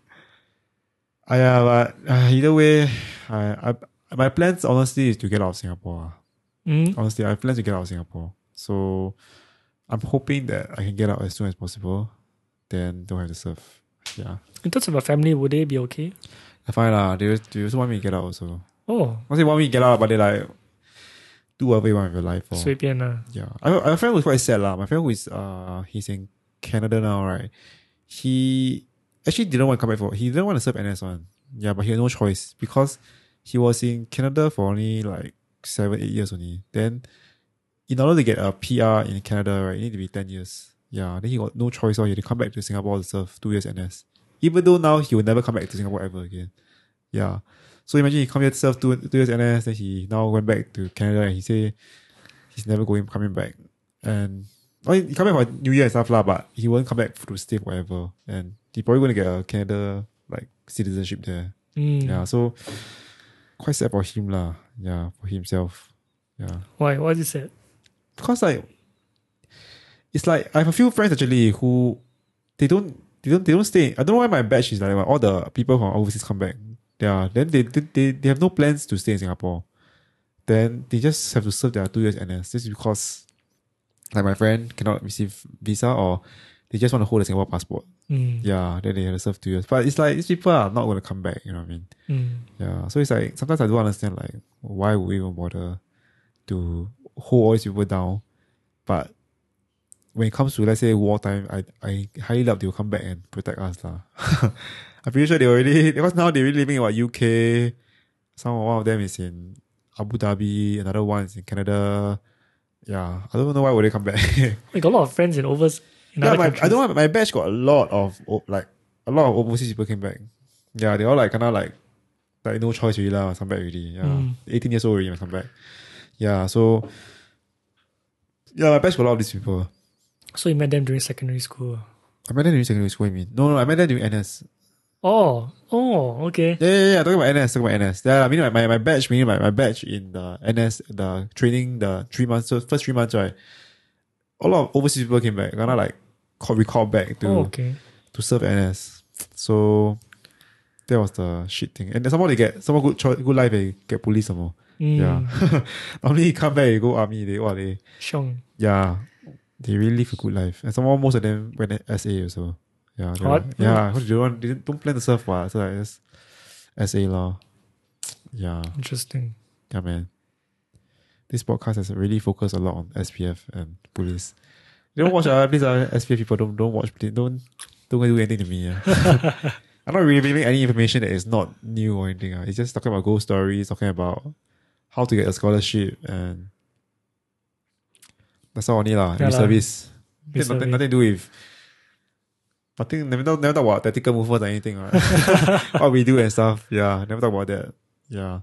Ah, yeah, but uh, either way, I, I, my plans honestly is to get out of Singapore. ah.
Mm?
Honestly, I have plans to get out of Singapore. So I'm hoping that I can get out as soon as possible. Then don't have to serve. Yeah.
In terms of a family, would they be okay?
I find lah, they, they also want me to get out also.
Oh,
Not say want me to get out, but they like, do whatever you want with your life. Or,
随便 lah.
Yeah, I, I- my friend was quite sad lah. My friend who is uh he's in Canada now, right? He actually didn't want to come back for he didn't want to serve NS one. Yeah, but he had no choice because he was in Canada for only like seven eight years only. Then in order to get a PR in Canada, right, you need to be ten years. Yeah, then he got no choice. Or he had to come back to Singapore to serve two years NS. Even though now he will never come back to Singapore ever again. Yeah. So imagine he come here to serve two, two years NS, then he now went back to Canada and he say he's never going coming back. And I mean, he come back for New Year and stuff lah, but he won't come back to stay forever. And he probably gonna get a Canada like citizenship there.
Mm.
Yeah, so quite sad for him lah. Yeah, for himself. Yeah.
Why? What is it?
because like it's like I have a few friends actually who they don't they don't they don't stay. I don't know why my batch is like that, all the people from overseas come back. Yeah, then they they, they they have no plans to stay in Singapore. Then they just have to serve their two years NS just because like my friend cannot receive visa or they just want to hold a Singapore passport.
Mm,
Yeah, then they have to serve two years. But it's like these people are not going to come back. You know what I mean?
mm.
Yeah, so it's like sometimes I don't understand like why would we even bother to hold all these people down, but when it comes to let's say wartime, I I highly doubt they will come back and protect us lah. I'm pretty sure they already because now they're really living in what UK. Some one of them is in Abu Dhabi, another one is in Canada. Yeah, I don't know why would they come back.
We got a lot of friends in overs. In
Yeah,
other
my, I
countries.
don't know. My batch got a lot of o- like a lot of overseas people came back. Yeah, they all like kind of like like no choice really lah, come back already. Yeah,
Mm.
eighteen years old already must come back. Yeah, so yeah, my batch got a lot of these people.
So you met them during secondary school.
I met them during secondary school. I mean, no, no, I met them during NS.
Oh, oh, okay.
Yeah, yeah, yeah. Talking about NS, talking about NS. Yeah, I mean, my, my, my batch, meaning my, my batch in the NS, the training, the three months, so first three months, right? A lot of overseas people came back, kind of like call, recall back to
Oh, okay.
to serve NS. So that was the shit thing. And then somehow they get someone good choi- good life they get police some more.
Mm,
Yeah. Normally you come back you go army, they what they
Xiong.
yeah. They really live a good life. And somehow most of them went at SA also. Yeah. they were-
What?
Yeah. Because they don't want, they didn't- don't plan to serve what. So like just SA law. Yeah.
Interesting.
Yeah man. This podcast has really focused a lot on SPF and police. You don't watch uh, please uh, SPF people don't don't watch please don't don't do anything to me. Yeah. I'm not revealing any information that is not new or anything. Uh. It's just talking about ghost stories, talking about how to get a scholarship and that's all only lah.
Yeah
Yeah,
lah.
service.
Good
Nothing, nothing,
survey.
nothing to do with nothing never, talk- never talk about tactical movements or anything, right? what we do and stuff. Yeah. Never talk about that. Yeah.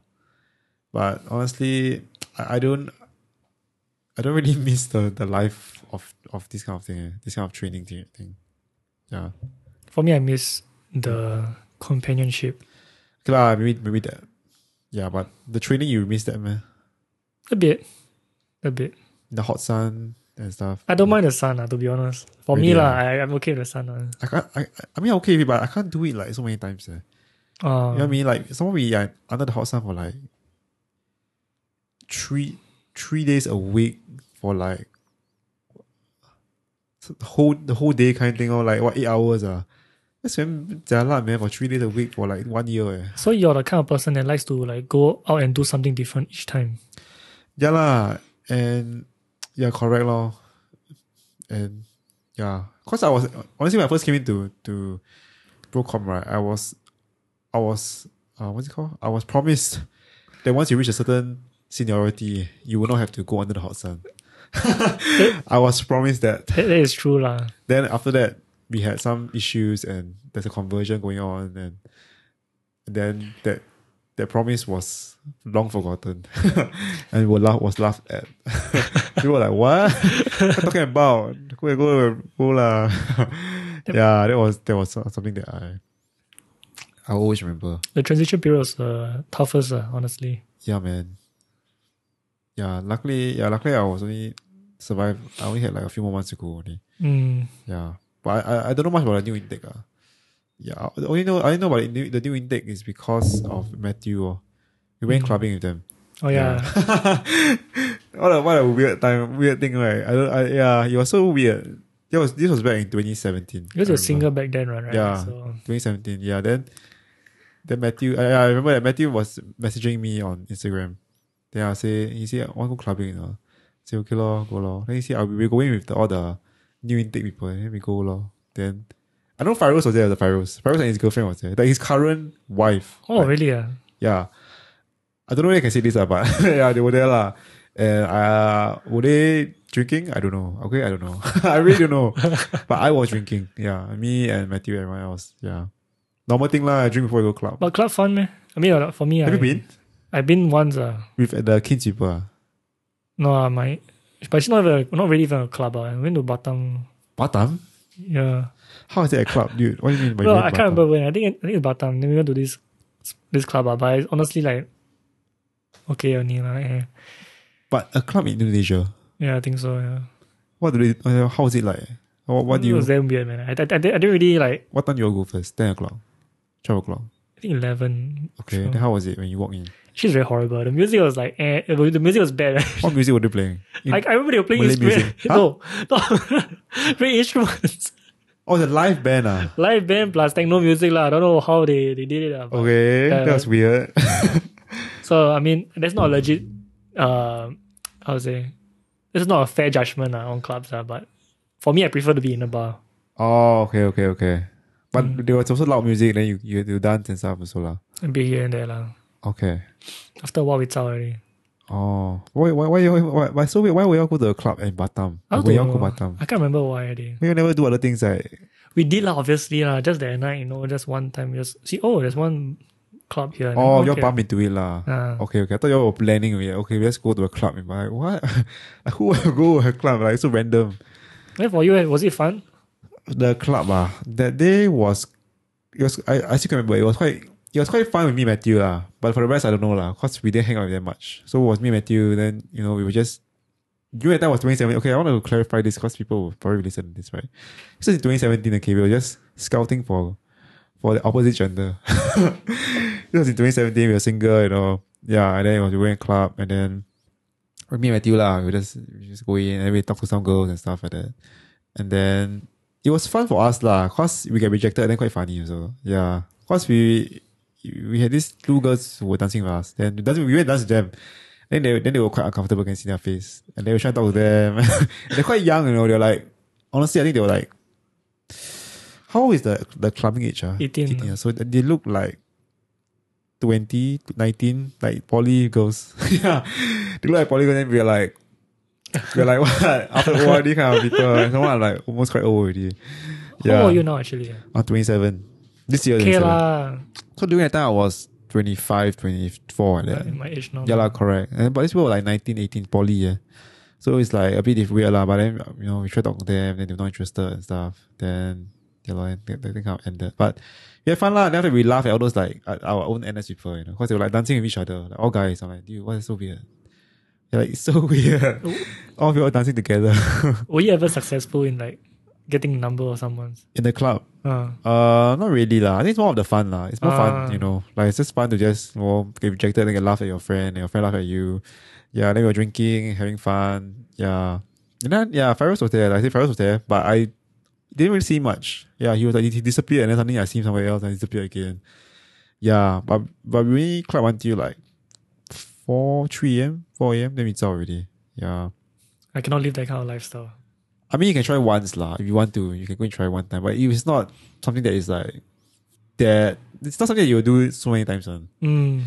But honestly, I, I don't I don't really miss the, the life of, of this kind of thing, eh, this kind of training thing. thing. Yeah.
For me, I miss the companionship
Okay lah, maybe maybe that. Yeah, but the training you miss that man.
a bit, a bit.
The hot sun and stuff.
I don't mind the sun, uh, to be honest. For me,
Really,
lah,
ah?
I, I'm okay with the sun. Uh.
I can't, I, I- I mean I'm okay with it, but I can't do it like so many times. Eh.
Uh,
You know what I mean? Like someone we are under the hot sun for like three three days a week for like the whole the whole day kind of thing or like what eight hours ah. That's when jialat man for three days a week for like one year eh.
So you're the kind of person that likes to like go out and do something different each time.
Yeah lah, and yeah, correct lor. And yeah, cause I was honestly when I first came into to Procom right, I was, I was, uh, what's it called? I was promised that once you reach a certain seniority, you will not have to go under the hot sun. I was promised that.
That, that is true, lah.
Then after that, we had some issues and there's a conversion going on, and then that that promise was long forgotten and were laugh, was laughed at. People were like, "What? what you talking about? Go go go lah." yeah, that was that was something that I I always remember.
The transition period was uh, toughest, uh, honestly.
Yeah, man. Yeah, luckily, yeah, luckily I was only survived. I only had like a few more months to go only.
Mm.
Yeah, but I, I, I don't know much about the new intake. Uh. Yeah, I only know I only know about the new, the new intake is because of Matthew. oh. We went clubbing with them.
Oh yeah.
what a what a weird time, weird thing, right? I don't. I, yeah, it was so weird. That was this was back in 2017.
Because
I
you're
remember.
single back then, right? right?
Yeah.
So
2017. Yeah, then then Matthew. I, I remember that Matthew was messaging me on Instagram. Then I say he say I want to go clubbing. You know? I say okay lor, go lor. Then he say I'll be we're going with the, all the new intake people. Then we go lor. Then I know Faros was there. The Faros, Faros and his girlfriend was there. Like his current wife.
oh really? Yeah.
Yeah. I don't know if I can say this, lah, but yeah, they were there. lah. And uh, were they drinking? I don't know. Okay, I don't know. I really don't know. but I was drinking. Yeah, me and Matthew and everyone else. Yeah. Normal thing, lah. I drink before I go club.
But club fun, man. I mean, uh, for me,
Have
I,
you been?
I've been once. Uh,
With the kids people. ah.
no, uh, my but it's not even not really even a club. Uh. I went to Batam.
Batam?
Yeah.
How is that a club, dude? What do you mean by
Well,
going
I
Batam?
can't remember when. I think I think it's Batam. Then we went to this this club, uh, but it's honestly like okay only lah. eh.
But a club in Indonesia.
Yeah, I think so. Yeah.
What do they, uh, how is it like? What, what do
It
you,
was damn weird, man. I, I, I, didn't- I didn't really like.
what time you all go first? 10 o'clock? 12 o'clock?
I think eleven.
Okay,
Sure.
then how was it when you walk in?
She's very horrible. The music was like, eh, it was- the music was bad.
What music were they playing? In-
I, I remember they were playing
Malay
instruments.
music.
No, no, playing instruments.
oh, the live band ah.
Live band plus techno music lah. I don't know how they, they did it. lah, but-
Okay,
Yeah,
that was weird.
So I mean, that's not a legit. Uh, how to say? This is not a fair judgment lah on clubs lah, But for me, I prefer to be in a bar.
oh, okay, okay, okay. But
Ừ.
there was also loud music. Then you you, you dance and stuff also lah.
and be here and there lah.
Okay.
After a while, it's out already.
Oh, why why why you- why, why so wait, why we all go to a club in Batam?
I don't
we all go
know.
Batam.
I can't remember why already.
We never do other things like
We did lah, obviously lah. Just that night, you know, just one time, just see. Oh, there's one club here. and
oh
then,
you all
okay.
bump into it lah.
Ah.
Okay, okay. I thought you all were planning it. Okay, let's go to a club. And like, what? Who will go to a club? Like so random.
Then for you, eh, was it fun?
The club ah, that day was it was I, I still can remember. It was quite it was quite fun with me and Matthew lah. But for the rest I don't know lah. Cause we didn't hang out that much. So it was me and Matthew. Then you know we were just. You at that was 2017. Okay, I want to clarify this because people will probably listen to this, right? This is 2017. Okay, we were just scouting for for the opposite gender. it was in 2017. We were single, you know. Yeah, and then it was we went club, and then with me and Matthew lah, we just we just go in and we talk to some girls and stuff like that. And then it was fun for us lah, cause we get rejected and then quite funny also. Yeah, cause we we had these two girls who were dancing with us. Then we dance- we went dance with them. Then they then they were quite uncomfortable can see their face, and they were trying to talk to them. they're quite young, you know. They're like honestly, I think they were like. How old is the the clubbing age? Ah,
18.
yeah. So they look like 20, 19, like poly girls. yeah. They look like poly girls and we're like, we're like, what? After all these kind of people. And someone like almost quite old already.
How
Yeah.
old are you now actually?
I'm 27. This year,
Okay
27.
lah.
So during that time, I was 25, 24. Like that.
In my age now.
Yeah, lah, correct. And, but these people were like 19, 18, poly, yeah. So it's like a bit diff- weird, lah. But then, you know, we tried to talk to them, then they're not interested and stuff. Then, yeah, lah, that, that thing kind of ended. But we had fun, lah. Then after we laugh at all those, like, at our own NS people, you know, because they were like dancing with each other. Like, all guys. I'm like, dude, what is so weird? They're like, it's so weird. all people dancing together
Were you ever successful in like getting number of someone's?
in the club.
Uh,
Uh, not really lah. I think it's more of the fun lah. It's more
Ah.
fun, you know. Like it's just fun to just you know, get rejected and get laugh at your friend, and your friend laugh at you. Yeah, then we were drinking, having fun. Yeah, and then yeah, Faris was there. Like, I think Faris was there, but I didn't really see much. Yeah, he was like he disappeared, and then suddenly I see him somewhere else and he disappeared again. Yeah, but but we only club until like four, three a.m., four a.m. Then it's out already. Yeah.
I cannot live that kind of lifestyle.
I mean, you can try once lah. If you want to, you can go and try one time. But if it's not something that is like that, it's not something that you'll do so many times. On
Mm.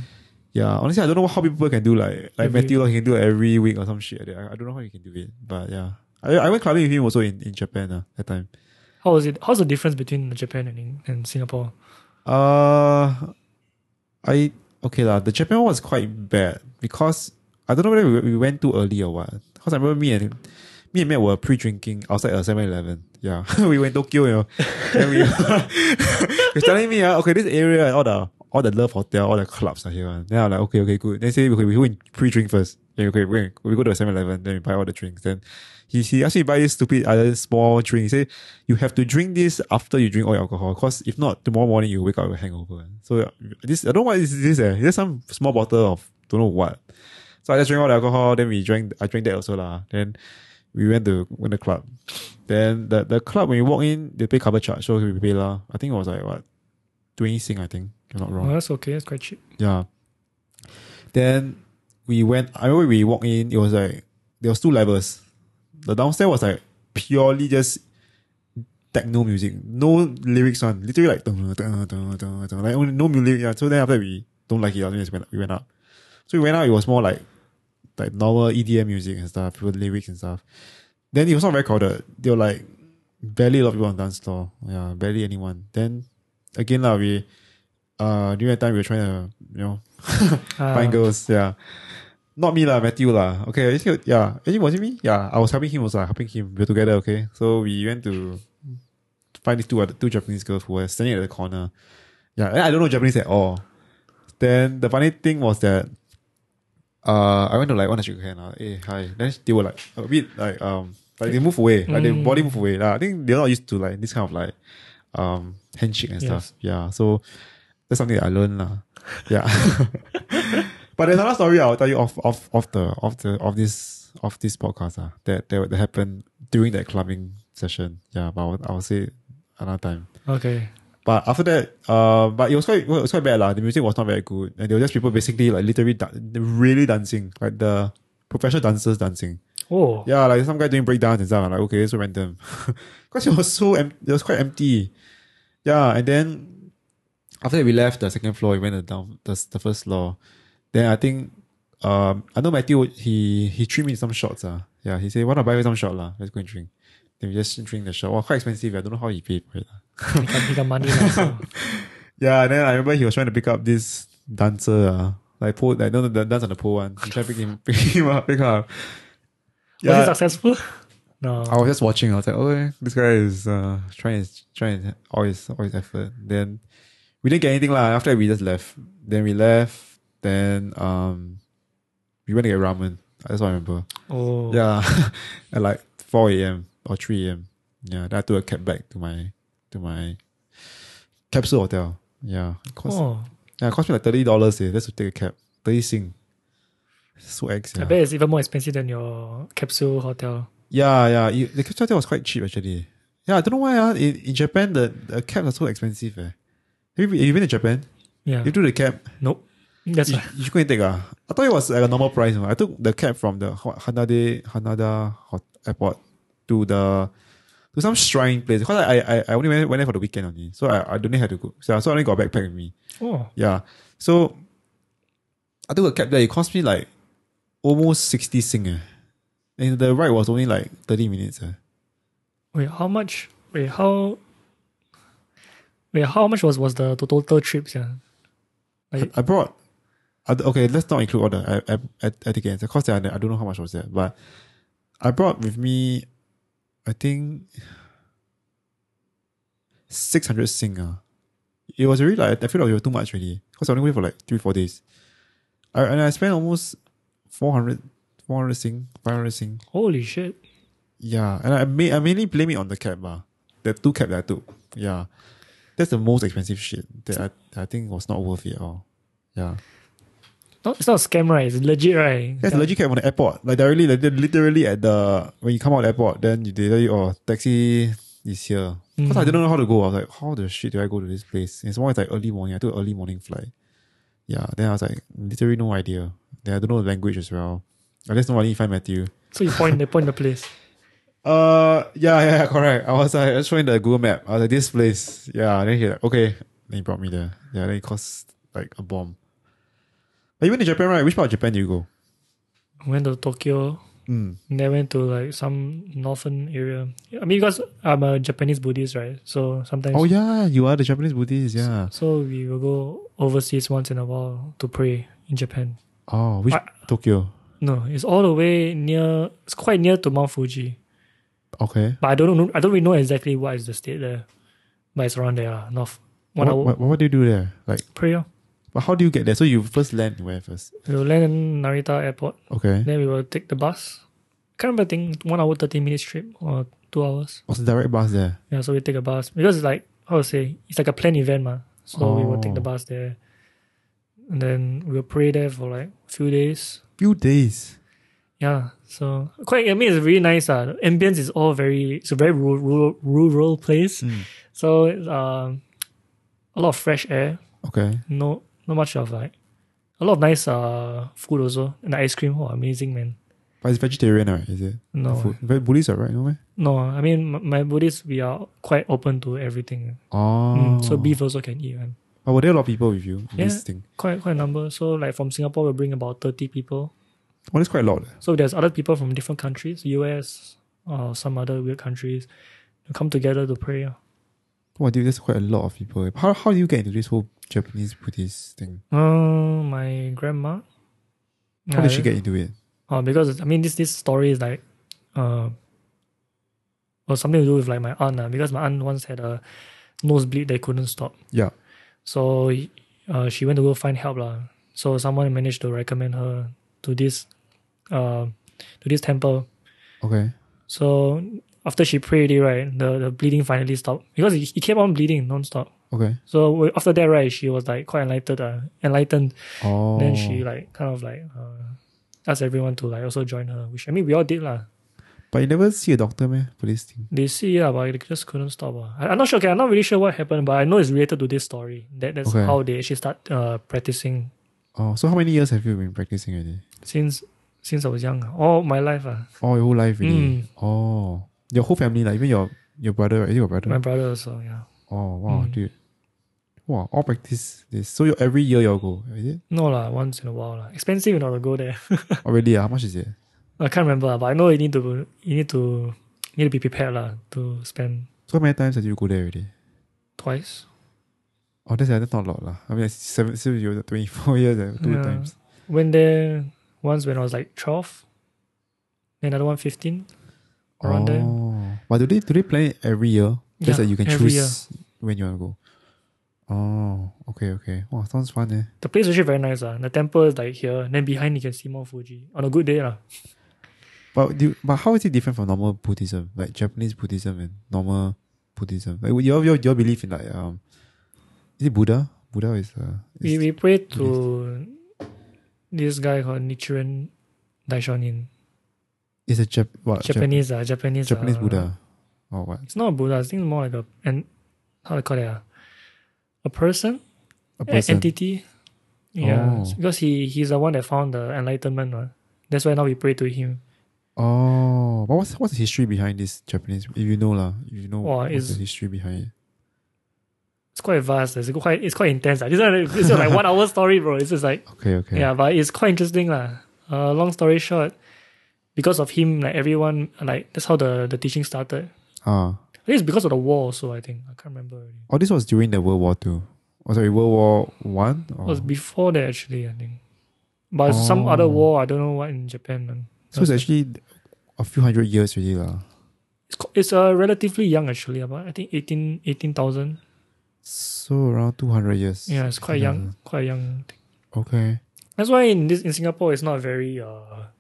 yeah, honestly, I don't know how people can do like like
Every-
Matthew, like, he can do it every week or some shit. like that. I, I don't know how you can do it, but yeah, I, I went clubbing with him also in in Japan uh, that time.
How is it? How's the difference between Japan and in- and Singapore?
Uh, I okay lah. The Japan one was quite bad because I don't know whether we, we went too early or what. Because I remember me and me and Matt were pre-drinking outside a 7-Eleven. Yeah, we went Tokyo, you know. Then we he was telling me, uh, okay, this area, all the all the love hotel, all the clubs are here. one. Then I'm like, okay, okay, good. Then he say, okay, we go and pre-drink first. Yeah, okay, we, we go to a 7-Eleven, then we buy all the drinks. Then he, he actually buy this stupid other small drink. He say, you have to drink this after you drink all your alcohol. Cause if not, tomorrow morning you wake up with a hangover. So uh, this, I don't know what this is. Eh. There's some small bottle of don't know what. So I just drank all the alcohol. Then we drank. I drank that also lah. Then we went to went to club. Then the the club when you walk in, they pay cover charge. So we pay lah. I think it was like what twenty sing. I think if I'm not wrong.
Oh, that's okay. It's quite cheap.
Yeah. Then we went. I remember we walked in. It was like there was two levels. The downstairs was like purely just techno music, no lyrics on. Literally like dun, dun, dun, dun, dun, like only no music. Yeah. So then after that, we don't like it. Then we just went we went up. So we went out. It was more like like normal EDM music and stuff with lyrics and stuff. Then it was not very crowded. There were like barely a lot of people on dance floor. Yeah, barely anyone. Then again lah, we uh during that time we were trying to you know
Uh,
find girls. Yeah. Not me lah, Matthew lah. Okay, I think- yeah. Actually, was it me? Yeah, I was helping him also, helping him. We were together, okay? So we went to find these two other- two Japanese girls who were standing at the corner. Yeah, and I don't know Japanese at all. Then the funny thing was that uh, I went to like one to shake hand. Uh, hey, hi. Then they were like a bit like um like they move away, like their body move away. lah. I think they're not used to like this kind of like um handshake and stuff. Yeah, so that's something that I learned lah. Yeah, but there's another story I'll tell you off off off the off the of this of this podcast uh, that, that that happened during that clubbing session. Yeah, but I'll, I'll say another time.
Okay.
But after that, uh, but it was quite it was quite bad lah. The music was not very good, and there were just people basically like literally da- really dancing, like the professional dancers dancing.
Oh.
Yeah, like some guy doing breakdowns and stuff. I'm like, okay, it's so random. Because it was so em- it was quite empty. Yeah, and then after that we left the second floor, we went to down the, the first floor. Then I think um I know Matthew he he treated me to some shots. Uh. Yeah, he said, Why not buy me some shot lah? Let's go and drink. Then we just drink the shot. Well, quite expensive. I don't know how he paid for it. lah.
He got, he got money now. So.
Yeah, and then I remember he was trying to pick up this dancer, uh, like pole, like no, no, the dance on the pole one. He tried to pick him, pick him up, pick her up.
Was it
Yeah,
successful? No.
I was just watching. I was like, oh, eh, this guy is uh, trying his trying all his all his effort. Then we didn't get anything lah. After that, we just left. Then we left. Then um, we went to get ramen. That's what I remember.
Oh.
Yeah, at like four a.m. or three a.m. Yeah, then I took a cab back to my to my capsule hotel. Yeah, it cost
Oh.
yeah, it cost me like thirty dollars eh, just to take a cab. Thirty sing. So ex,
I
yeah.
bet it's even more expensive than your capsule hotel.
Yeah, yeah. You, the cab hotel was quite cheap actually. Yeah, I don't know why uh, in, in Japan the, the cabs are so expensive eh. Have you, been- have you been to Japan?
Yeah.
You took the cab.
nope. That's
You,
why.
you couldn't take ah. I thought it was like a normal price. you know. I took the cab from the Ho- Hanade Hanada hot, airport to the to some shrine place. Because I, I I only went, went there for the weekend only. So I, I don't have to go. So, so I only got a backpack with me.
Oh.
Yeah. So I took a cab there. It cost me like almost 60 sing. Eh. And the ride was only like 30 minutes. Eh.
Wait, how much? Wait, how? Wait, how much was was the total trips? Yeah.
I, I brought. I, okay, let's not include all the uh, uh, etiquette. Of course, I, I don't know how much was that, but I brought with me, I think, 600 sing. ah. It was really like, I feel like it was too much really. Because I only went for like three, four days. I, and I spent almost 400, 400 sing, 500 sing.
Holy shit!
Yeah, and I may I mainly blame it on the cab bar. The two cab that I took. Yeah. That's the most expensive shit that I, that I think was not worth it at all. Yeah.
No, it's not a scam, right? It's legit, right?
That's
Yeah.
legit cab on the airport. Like directly like they're literally at the when you come out of the airport, then you they tell you, oh taxi is here. Because I didn't know how to go. I was like, how the shit do I go to this place? And it's more like early morning. I took early morning flight. Yeah. Then I was like, literally no idea. Then I don't know the language as well. I just know I need to find Matthew.
So you point, they point the place.
Uh, yeah, yeah, yeah, correct. I was like, I was showing the Google map. I was like, this place. Yeah, then he like, okay. Then he brought me there. Yeah, then it cost like a bomb. But you went to Japan, right? Which part of Japan do you go?
Went to Tokyo,
Mm.
and then went to like some northern area. I mean, because I'm a Japanese Buddhist, right? So sometimes,
Oh, yeah, you are the Japanese Buddhist. Yeah.
so we will go overseas once in a while to pray in Japan.
Oh, which
I-
Tokyo?
No, it's all the way near. It's quite near to Mount Fuji,
Okay.
but I don't know. I don't really know exactly what is the state there, but it's around there, lah, north. One
what,
hour
what, what do you do there? Like,
prayer.
but how do you get there? So you first land where first?
We will land in Narita Airport.
Okay.
Then we will take the bus. Can't remember. I think one hour thirty minutes trip or two hours.
What's the direct bus there?
Yeah, so we take a bus because it's like how to say it's like a planned event, ma. So we will take the
Oh.
bus there, and then we will pray there for like a few days.
Few days.
Yeah, so quite. I mean, it's really nice. Uh. The ambience is all very. It's a very rural, rural, rural place.
Mm.
So it's, um, a lot of fresh air.
Okay.
No, not much of like a lot of nice uh food also and the ice cream. Oh, amazing, man.
But it's vegetarian, right? Is it?
No, eh.
The food- But Buddhists are right, no way.
no. I mean, m- my Buddhists we are quite open to everything.
Oh.
Mm, so beef also can eat. Man.
But were there a lot of people with you in
Yeah.
this thing?
Quite quite a number. So like from Singapore, we'll bring about thirty people.
Oh, that's quite loud.
So there's other people from different countries, US, or some other weird countries, who come together to pray. ah.
Wow, dude, that's quite a lot of people. eh. How how do you get into this whole Japanese Buddhist thing?
Uh, my grandma.
How did
Yeah,
she get into it?
Oh, because I mean, this this story is like, uh, or something to do with like my aunt. ah, because my aunt once had a nosebleed that couldn't stop.
Yeah.
So, uh, she went to go find help lah. So someone managed to recommend her to this uh, to this temple.
Okay.
So after she prayed it, right, the, the bleeding finally stopped because he, he kept on bleeding non-stop.
Okay.
So w- after that, right, she was like quite enlightened, uh, enlightened.
Oh.
Then she like kind of like uh, asked everyone to like also join her, which I mean we all did lah.
But you never see a doctor, man, for this thing.
They see yeah, but they just couldn't stop. Uh. I, I'm not sure. Okay, I'm not really sure what happened, but I know it's related to this story. That that's
Okay.
how they actually start uh, practicing
Oh, so how many years have you been practicing already?
since since I was young, ah, all my life. Uh.
Oh, your whole life, really?
Hmm.
Oh, your whole family, like even your your brother, right? Is it your brother?
My brother also, yeah.
oh, wow,
Mm.
dude. Wow, all practice this. So you every year you all go, is it?
No lah, once in a while lah. Expensive you know to go there.
Oh, really? ah? How much is it?
I can't remember, ah, but I know you need to you need to you need to be prepared lah to spend
So how many times have you go there already?
twice.
Oh, that's, that's not a lot. lah. I mean, it's seven, so you're 24 years, eh, two
Yeah.
times.
Went there once when I was like twelve, another one 15, around there.
Oh. But do they, do they plan it every year? Just
Yeah,
that you can
every
choose when you want to go. Oh, okay, okay. Wow, sounds fun, eh?
The place is actually very nice. Uh. The temple is like here, and then behind you can see Mount Fuji on a good day. lah.
But do, but how is it different from normal Buddhism, like Japanese Buddhism and normal Buddhism? Like, you all, you all, you all believe in like um, is it Buddha? Buddha is uh,
We,
is-
we pray to this guy called Nichiren Daishonin.
is a Jap what Ah, Jap-
Japanese, uh, Japanese,
Japanese
uh,
Buddha or what?
It's not a Buddha, I think it's more like a, an, how to call it, uh, a person?
A
E-
person.
entity. Yeah,
Oh.
because he he's the one that found the enlightenment. Right? That's why now we pray to him.
Oh, but what's what's the history behind this Japanese? If you know lah, if you know
Well,
what's
it's-
the history behind it.
It's quite vast. ah. It's quite it's quite intense. lah. This is this is like one hour story, bro. It's just like
Okay, okay.
yeah, but it's quite interesting lah. Uh, long story short, because of him, like everyone, like that's how the the teaching started.
Ah,
I think it's because of the war, also. I think I can't remember. Already.
oh, this was during the World War Two. Oh, sorry, World War One. Oh.
It was
Or...
before that actually. I think, but it's some
Oh.
other war. I don't know what in Japan. Man.
So it's actually a few hundred years already lah.
It's co- it's uh, relatively young actually. About I think 18 18,000.
So around two hundred years.
Yeah, it's quite young, quite young. thing.
Okay.
That's why in this in Singapore, it's not very uh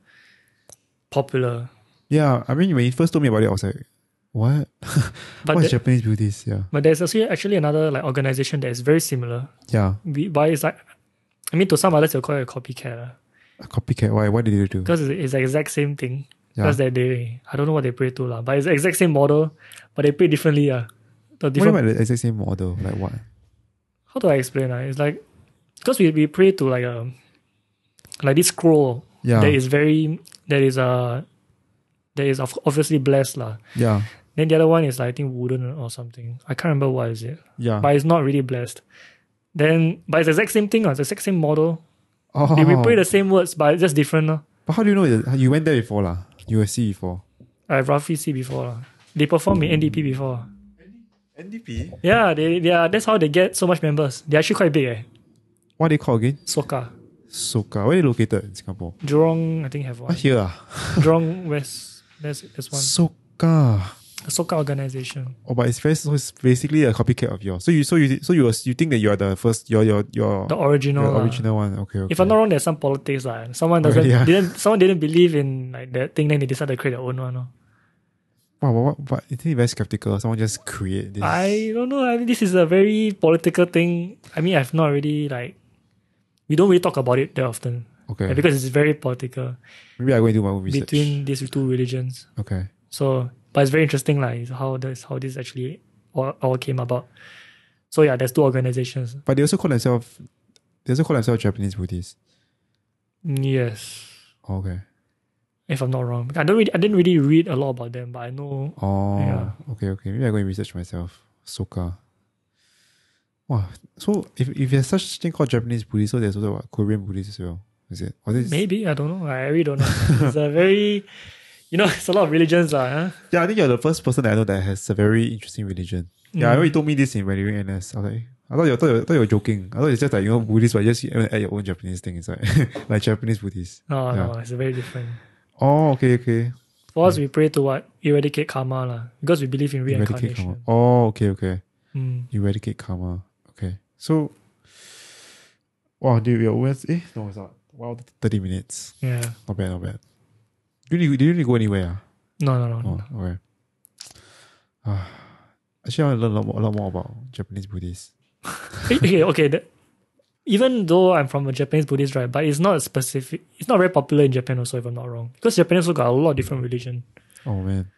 popular.
Yeah, I mean, when you first told me about it, I was like, "What?
But
What's
the-
Japanese Buddhist?" Yeah,
but there's actually actually another like organization that is very similar.
yeah,
We- But it's like, I mean, to some others, they'll call it a copycat uh,
a copycat. Why? What did you do?
because it's, it's the exact same thing.
Yeah.
Because that they, I don't know what they pray to lah, but it's the exact same model, but they pray differently. Yeah, the
What
different.
about the exact same model? Like what?
How do I explain? Uh? It's like because we, we pray to like a like this scroll
Yeah,
that is very that is uh that is of- obviously blessed lah.
yeah,
Then the other one is like, I think wooden or something. I can't remember what is it,
yeah.
but it's not really blessed. Then, but it's the exact same thing. ah, It's the exact same model.
oh,
They replay the same words, but it's just different. ah.
but how do you know? That, you went there before, lah. You were see before.
I've roughly seen before. lah. They perform in NDP before.
NDP.
Yeah, they, they are, that's how they get so much members. They're actually quite big. Eh.
What they call again?
Soka.
Soka. Where they located in Singapore?
Jurong, I think have
Ah,
one.
here. ah.
Jurong West. That's, that's one.
Soka.
Soka organization.
Oh, but it's very so it's basically a copycat of yours. So you so you so you was, you think that you are the first your your your,
The original.
your
lah.
original one. Okay, okay.
uh, If I'm not wrong, there's some politics. Like, someone doesn't
yeah.
didn't someone didn't believe in like that thing, then they decided to create their own one. uh. lor.
Wow, wow, wow, but isn't it very skeptical? Someone just create this.
I don't know. I mean, this is a very political thing. I mean, I've not really like. We don't really talk about it that often
okay.
like, because it's very political
Maybe I go and do my own research.
between these two religions.
okay.
So, but it's very interesting, like is how this how this actually all, all came about. So yeah, there's two organizations.
But they also call themselves they also call themselves Japanese Buddhists.
Yes,
Oh, okay.
if I'm not wrong, I don't really, I didn't really read a lot about them, but I know
Oh
Yeah.
okay, okay. Maybe I go and research myself. Soka. Wow. So if if there's such thing called Japanese Buddhist, so there's also what, Korean Buddhist as well. Is it? Or this,
maybe I don't know. I really don't know. it's a very, you know, it's a lot of religions, lah. Huh?
Yeah, I think you're the first person that I know that has a very interesting religion. Yeah, I
Mm.
know you told me this in when you were in NS. I was like, I thought you, I thought you, I thought you were joking. I thought it's just like you know Buddhist, but you just add your own Japanese thing inside, like Japanese Buddhist.
Mm. No,
Yeah.
no, it's very different.
Oh, okay, okay.
For us, we pray to what? Eradicate karma lah. Because we believe in
Eradicate karma.
reincarnation.
Oh, okay, okay.
Mm.
Eradicate karma. Okay, so wow, dude, we are almost. Eh, no, it's not. Wow, th- 30 minutes.
Yeah.
Not bad, not bad. Do you, need- do you need to go anywhere?
No, no, no.
ah?
no.
Oh, okay. Ah, actually, I want to learn a lot, more, a lot more about Japanese Buddhists.
Eh, okay, okay. That, even though I'm from a Japanese Buddhist, right? But it's not a specific. It's not very popular in Japan, also, if I'm not wrong, because Japan also got a lot of different religion.
Oh, man.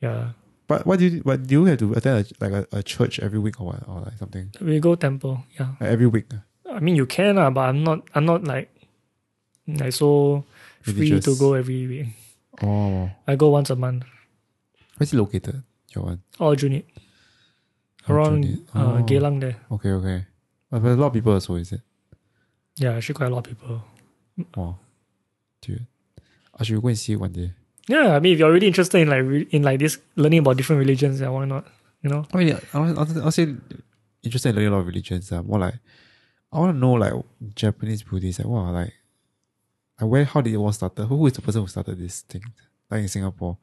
Yeah,
But what do you what do you have to attend a, like a, a church every week or what or like something
we go temple. Yeah,
like every week? ah?
I mean you can, uh, but I'm not. I'm not like like so free to
Religious.
go every week.
Oh,
I go once a month.
where's it located? Your one
All Junit around
Aljunied.
uh,
Oh.
Geylang there.
Okay, okay. But but a lot of people also is it?
Yeah, actually quite a lot of people.
Wow, dude, I should go and see it one day.
Yeah, I mean if you're really interested in like re- in like this learning about different religions, yeah, why not? You know?
I mean, I was, I was, I was saying interested in learning a lot of religions. Uh, more like I want to know like Japanese Buddhists. Like wow, like like where how did it all start? Who who is the person who started this thing? Like in Singapore,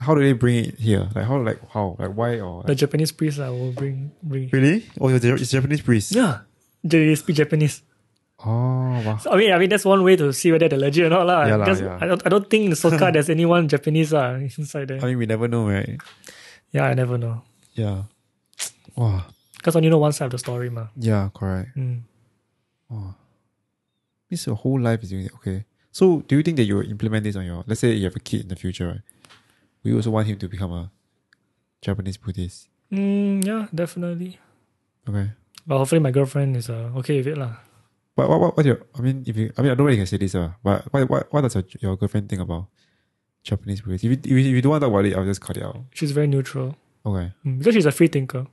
how do they bring it here? Like how like how like why or
The
like,
Japanese priest I will bring bring.
really? Oh, it's a it's a Japanese priest.
Yeah. They speak Japanese.
Oh wow.
So, I mean, I mean that's one way to see whether they're legit or not, lah.
Yeah lah,
Because
yeah.
I don't, I don't think in Soka there's anyone Japanese lah inside there.
I mean, we never know, right?
yeah, I never know.
Yeah. Wow.
Because only know one side of the story, ma.
Yeah. Correct.
Mm.
Oh. Means your whole life is doing it. Okay. So do you think that you will implement this on your let's say you have a kid in the future, right? We also want him to become a Japanese Buddhist.
Mm, yeah, definitely.
Okay.
But hopefully my girlfriend is uh, okay with it, lah.
But what what what your I mean if you I mean I don't know if you can say this, uh, but what what what does your, your girlfriend think about Japanese Buddhists? If you, if you if you don't want to talk about it, I'll just cut it out.
She's very neutral.
Okay.
Mm, because she's a free thinker.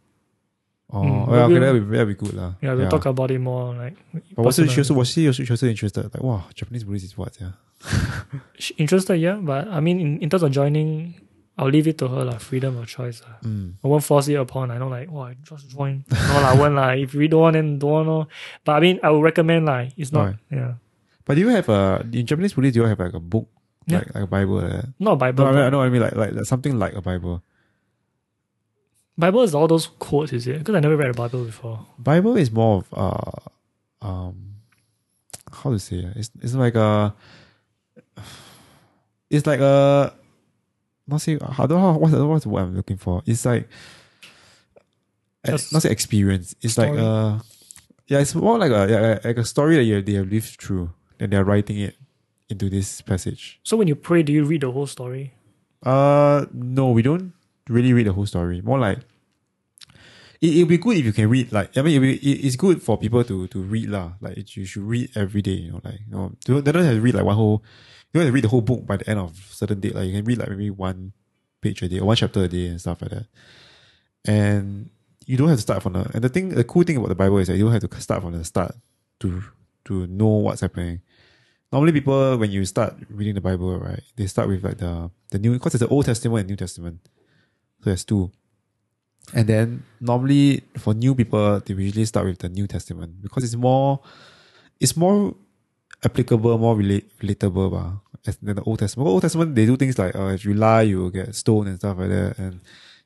Oh
Mm,
well,
but
okay,
we'll-
that'll be that'll be good lah.
Yeah, we'll talk about it more like
But was she,
personal.
she also was she also, she also interested? Like wow, Japanese Buddhist is what, yeah.
She interested, yeah, but I mean in, in terms of joining, I'll leave it to her, like freedom of choice. lah.
Mm.
I won't force it upon. I don't like, oh, I just join. No, lah, I won't. lah. If we don't want, then don't want. lor. But I mean, I would recommend, like, it's
Alright.
not, yeah,
But do you have a in Japanese Buddhist do you have like a book?
Yeah.
Like like a Bible like that?
not Bible.
No, I, mean,
but
I know what I mean, like, like like something like a Bible.
Bible is all those quotes, is it? Because I never read a Bible before.
Bible is more of uh, um, how to say it? It's it's like a, it's like a, not say I don't know how- what's the, what's the word I'm looking for. It's like, eh,
Just
not say experience. It's like
story.
uh, yeah, it's more like a yeah, like a story that you, they have lived through and they're writing it into this passage.
So when you pray, do you read the whole story?
Uh, no, we don't really read the whole story. More like it will be good if you can read. Like I mean, it'll be, it, it's good for people to to read lah. Like it, you should read every day. You know, like you know, they don't they don't have to read like one whole. You don't have to read the whole book by the end of certain date. Like you can read like maybe one page a day or one chapter a day and stuff like that. And you don't have to start from the. And the thing, the cool thing about the Bible is that you don't have to start from the start to to know what's happening normally people when you start reading the Bible, right, they start with like the the new because there's the Old Testament and New Testament. So there's two. And then normally for new people, they usually start with the New Testament because it's more it's more applicable, more relate, relatable bah, as than the Old Testament. Old Testament they do things like uh, if you lie, you will get stoned and stuff like that, and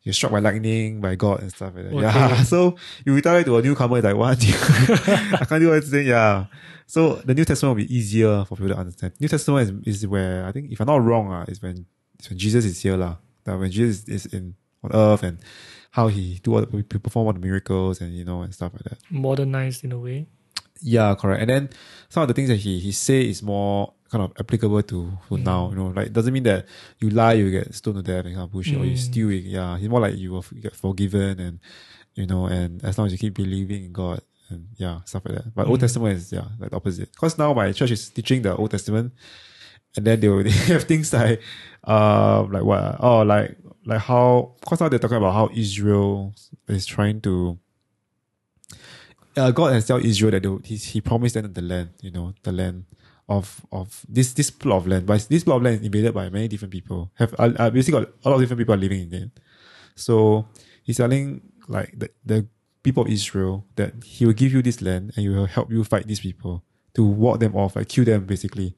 you're struck by lightning by God and stuff like that.
Okay.
Yeah. So you retire to a newcomer, it's like what? I can't do anything. Yeah. So the New Testament will be easier for people to understand. New Testament is, is where I think if I'm not wrong, uh, is when it's when Jesus is here lah. That when Jesus is in on earth and how he do all the, he perform all the miracles and you know and stuff like that.
Modernized in a way.
Yeah, correct. And then some of the things that he he say is more kind of applicable to, to now. You know, like doesn't mean that you lie you get stoned to death and kind of bullshit, or you
Mm.
steal. you- Yeah, he's more like you will f- get forgiven and you know, and as long as you keep believing in God and yeah, stuff like that. But Old Testament is yeah like the opposite. Because now my church is teaching the Old Testament, and then they will they have things like um like what ah? oh like like how because now they're talking about how Israel is trying to uh, God has tell Israel that they, will- he, he promised them the land, you know, the land of of this this plot of land. But this plot of land is invaded by many different people. Have uh, uh, basically got a lot of different people are living in it. So he's telling like the, the people of Israel that he will give you this land and he will help you fight these people to walk them off, like kill them basically.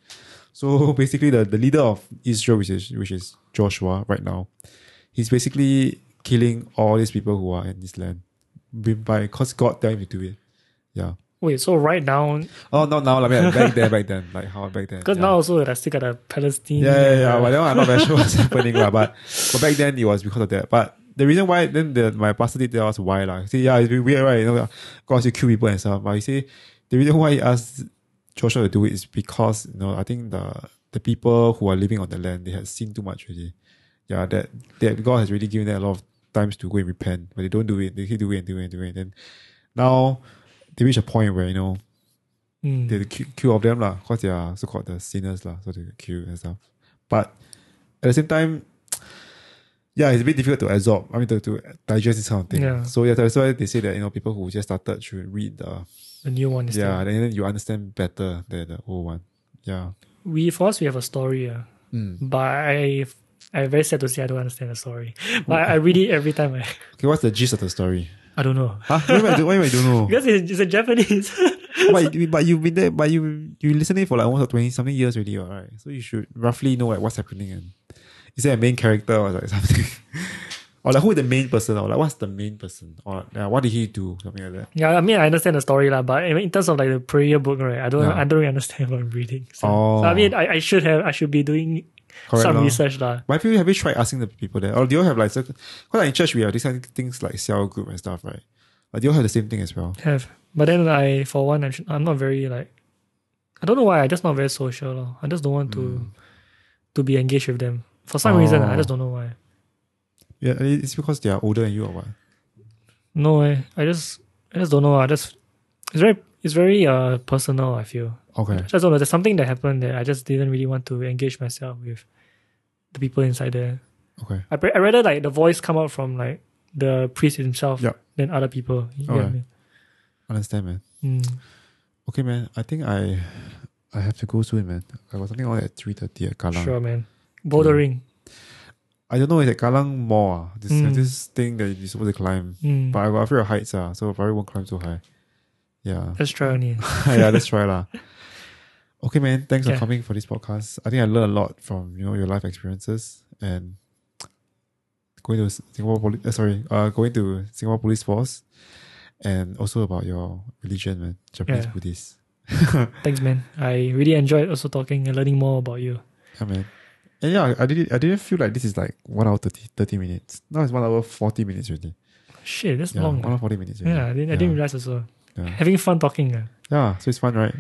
So basically the, the leader of Israel, which is which is Joshua right now, he's basically killing all these people who are in this land. By because God tell him to do it. Yeah.
Wait, so right now,
Oh, not now. Like back- back there, back then. Like how back then.
because
yeah.
now also I still got a Palestine.
Yeah, yeah, yeah.
uh,
But then I'm not very sure what's happening, lah. But but back then it was because of that. But the reason why then the, my pastor did that was why lah. See, yeah, it's weird, right? You know, cause you kill people and stuff. But you see, the reason why he asked Joshua to do it is because you know I think the the people who are living on the land they had seen too much already. Yeah, that that God has really given them a lot of times to go and repent, but they don't do it. They keep doing it, doing it, doing it. And now they reach a point where you know
mm.
they kill, kill of them lah, cause they are so called the sinners lah, so they get killed and stuff. But at the same time, yeah, it's a bit difficult to absorb. I mean, to, to digest this kind of thing.
Yeah.
So yeah, that's why they say that you know people who just started should read the
the new one is
yeah,
there.
then you understand better than the old one. Yeah.
We for us we have a story, uh,
Mm.
but I I'm very sad to say I don't understand the story. But I read it every time. I
Okay, what's the gist of the story?
I don't know
Huh? Why, am I, why am I don't know?
because it's, it's a Japanese.
but, you- but you've been there, but you you listening for like almost like twenty something years already, all right? So you should roughly know like what's happening and is there a main character or like something? or like who is the main person or like what's the main person or uh, what did he do something like that?
yeah, I mean I understand the story lah, but I mean, in terms of like the prayer book, right? I don't
Yeah.
I don't really understand what I'm reading. So,
Oh.
so I mean I, I should have I should be doing
Correct,
some
no?
research lah.
Why have you have you tried asking the people there? Or do you all have like because like in church we have these kind of things like cell group and stuff, right? Like do you all have the same thing as well?
Have. But then I, for one, I'm, I'm not very like, I don't know why. I just not very social. lor. I just don't want to, to be engaged with them for some reason. I
Oh.
just don't know why.
Yeah, it's because they are older than you or what?
No, I, I just, I just don't know. I just, it's very, it's very uh personal. I feel.
Okay.
So I don't know. There's something that happened that I just didn't really want to engage myself with, the people inside there.
Okay.
I, pre- I rather like the voice come out from like the priest himself
Yup.
than other people. You get
Alright.
me?
Understand man.
Mm.
Okay man, I think I I have to go soon man. I got something on at three thirty at Kallang.
Sure, man. Bouldering.
I don't know, it's at Kallang Mall. ah. This
Mm.
this thing that you're supposed to climb.
Mm.
But I got afraid of heights, ah, so I probably won't climb too high. Yeah.
Let's try only.
yeah, let's try lah. Okay, man. Thanks
Yeah.
for coming for this podcast. I think I learned a lot from you know your life experiences and going to Singapore police. Uh, sorry, uh, going to Singapore Police Force, and also about your religion, man. Japanese
Yeah.
Buddhist.
Thanks, man. I really enjoyed also talking and learning more about you.
Yeah, man. And yeah, I didn't I didn't feel like this is like one hour 30, 30 minutes. Now it's one hour forty minutes already.
Shit, that's
Yeah,
long.
one hour forty minutes.
Yeah, I
already.
didn't, I didn't realize also.
Yeah.
Having fun talking. Uh.
Yeah, so it's fun, right?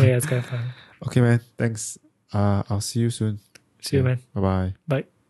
Yeah, yeah, it's kind of fun.
Okay, man. Thanks. Uh, I'll see you soon.
See you, man.
Bye bye.
Bye.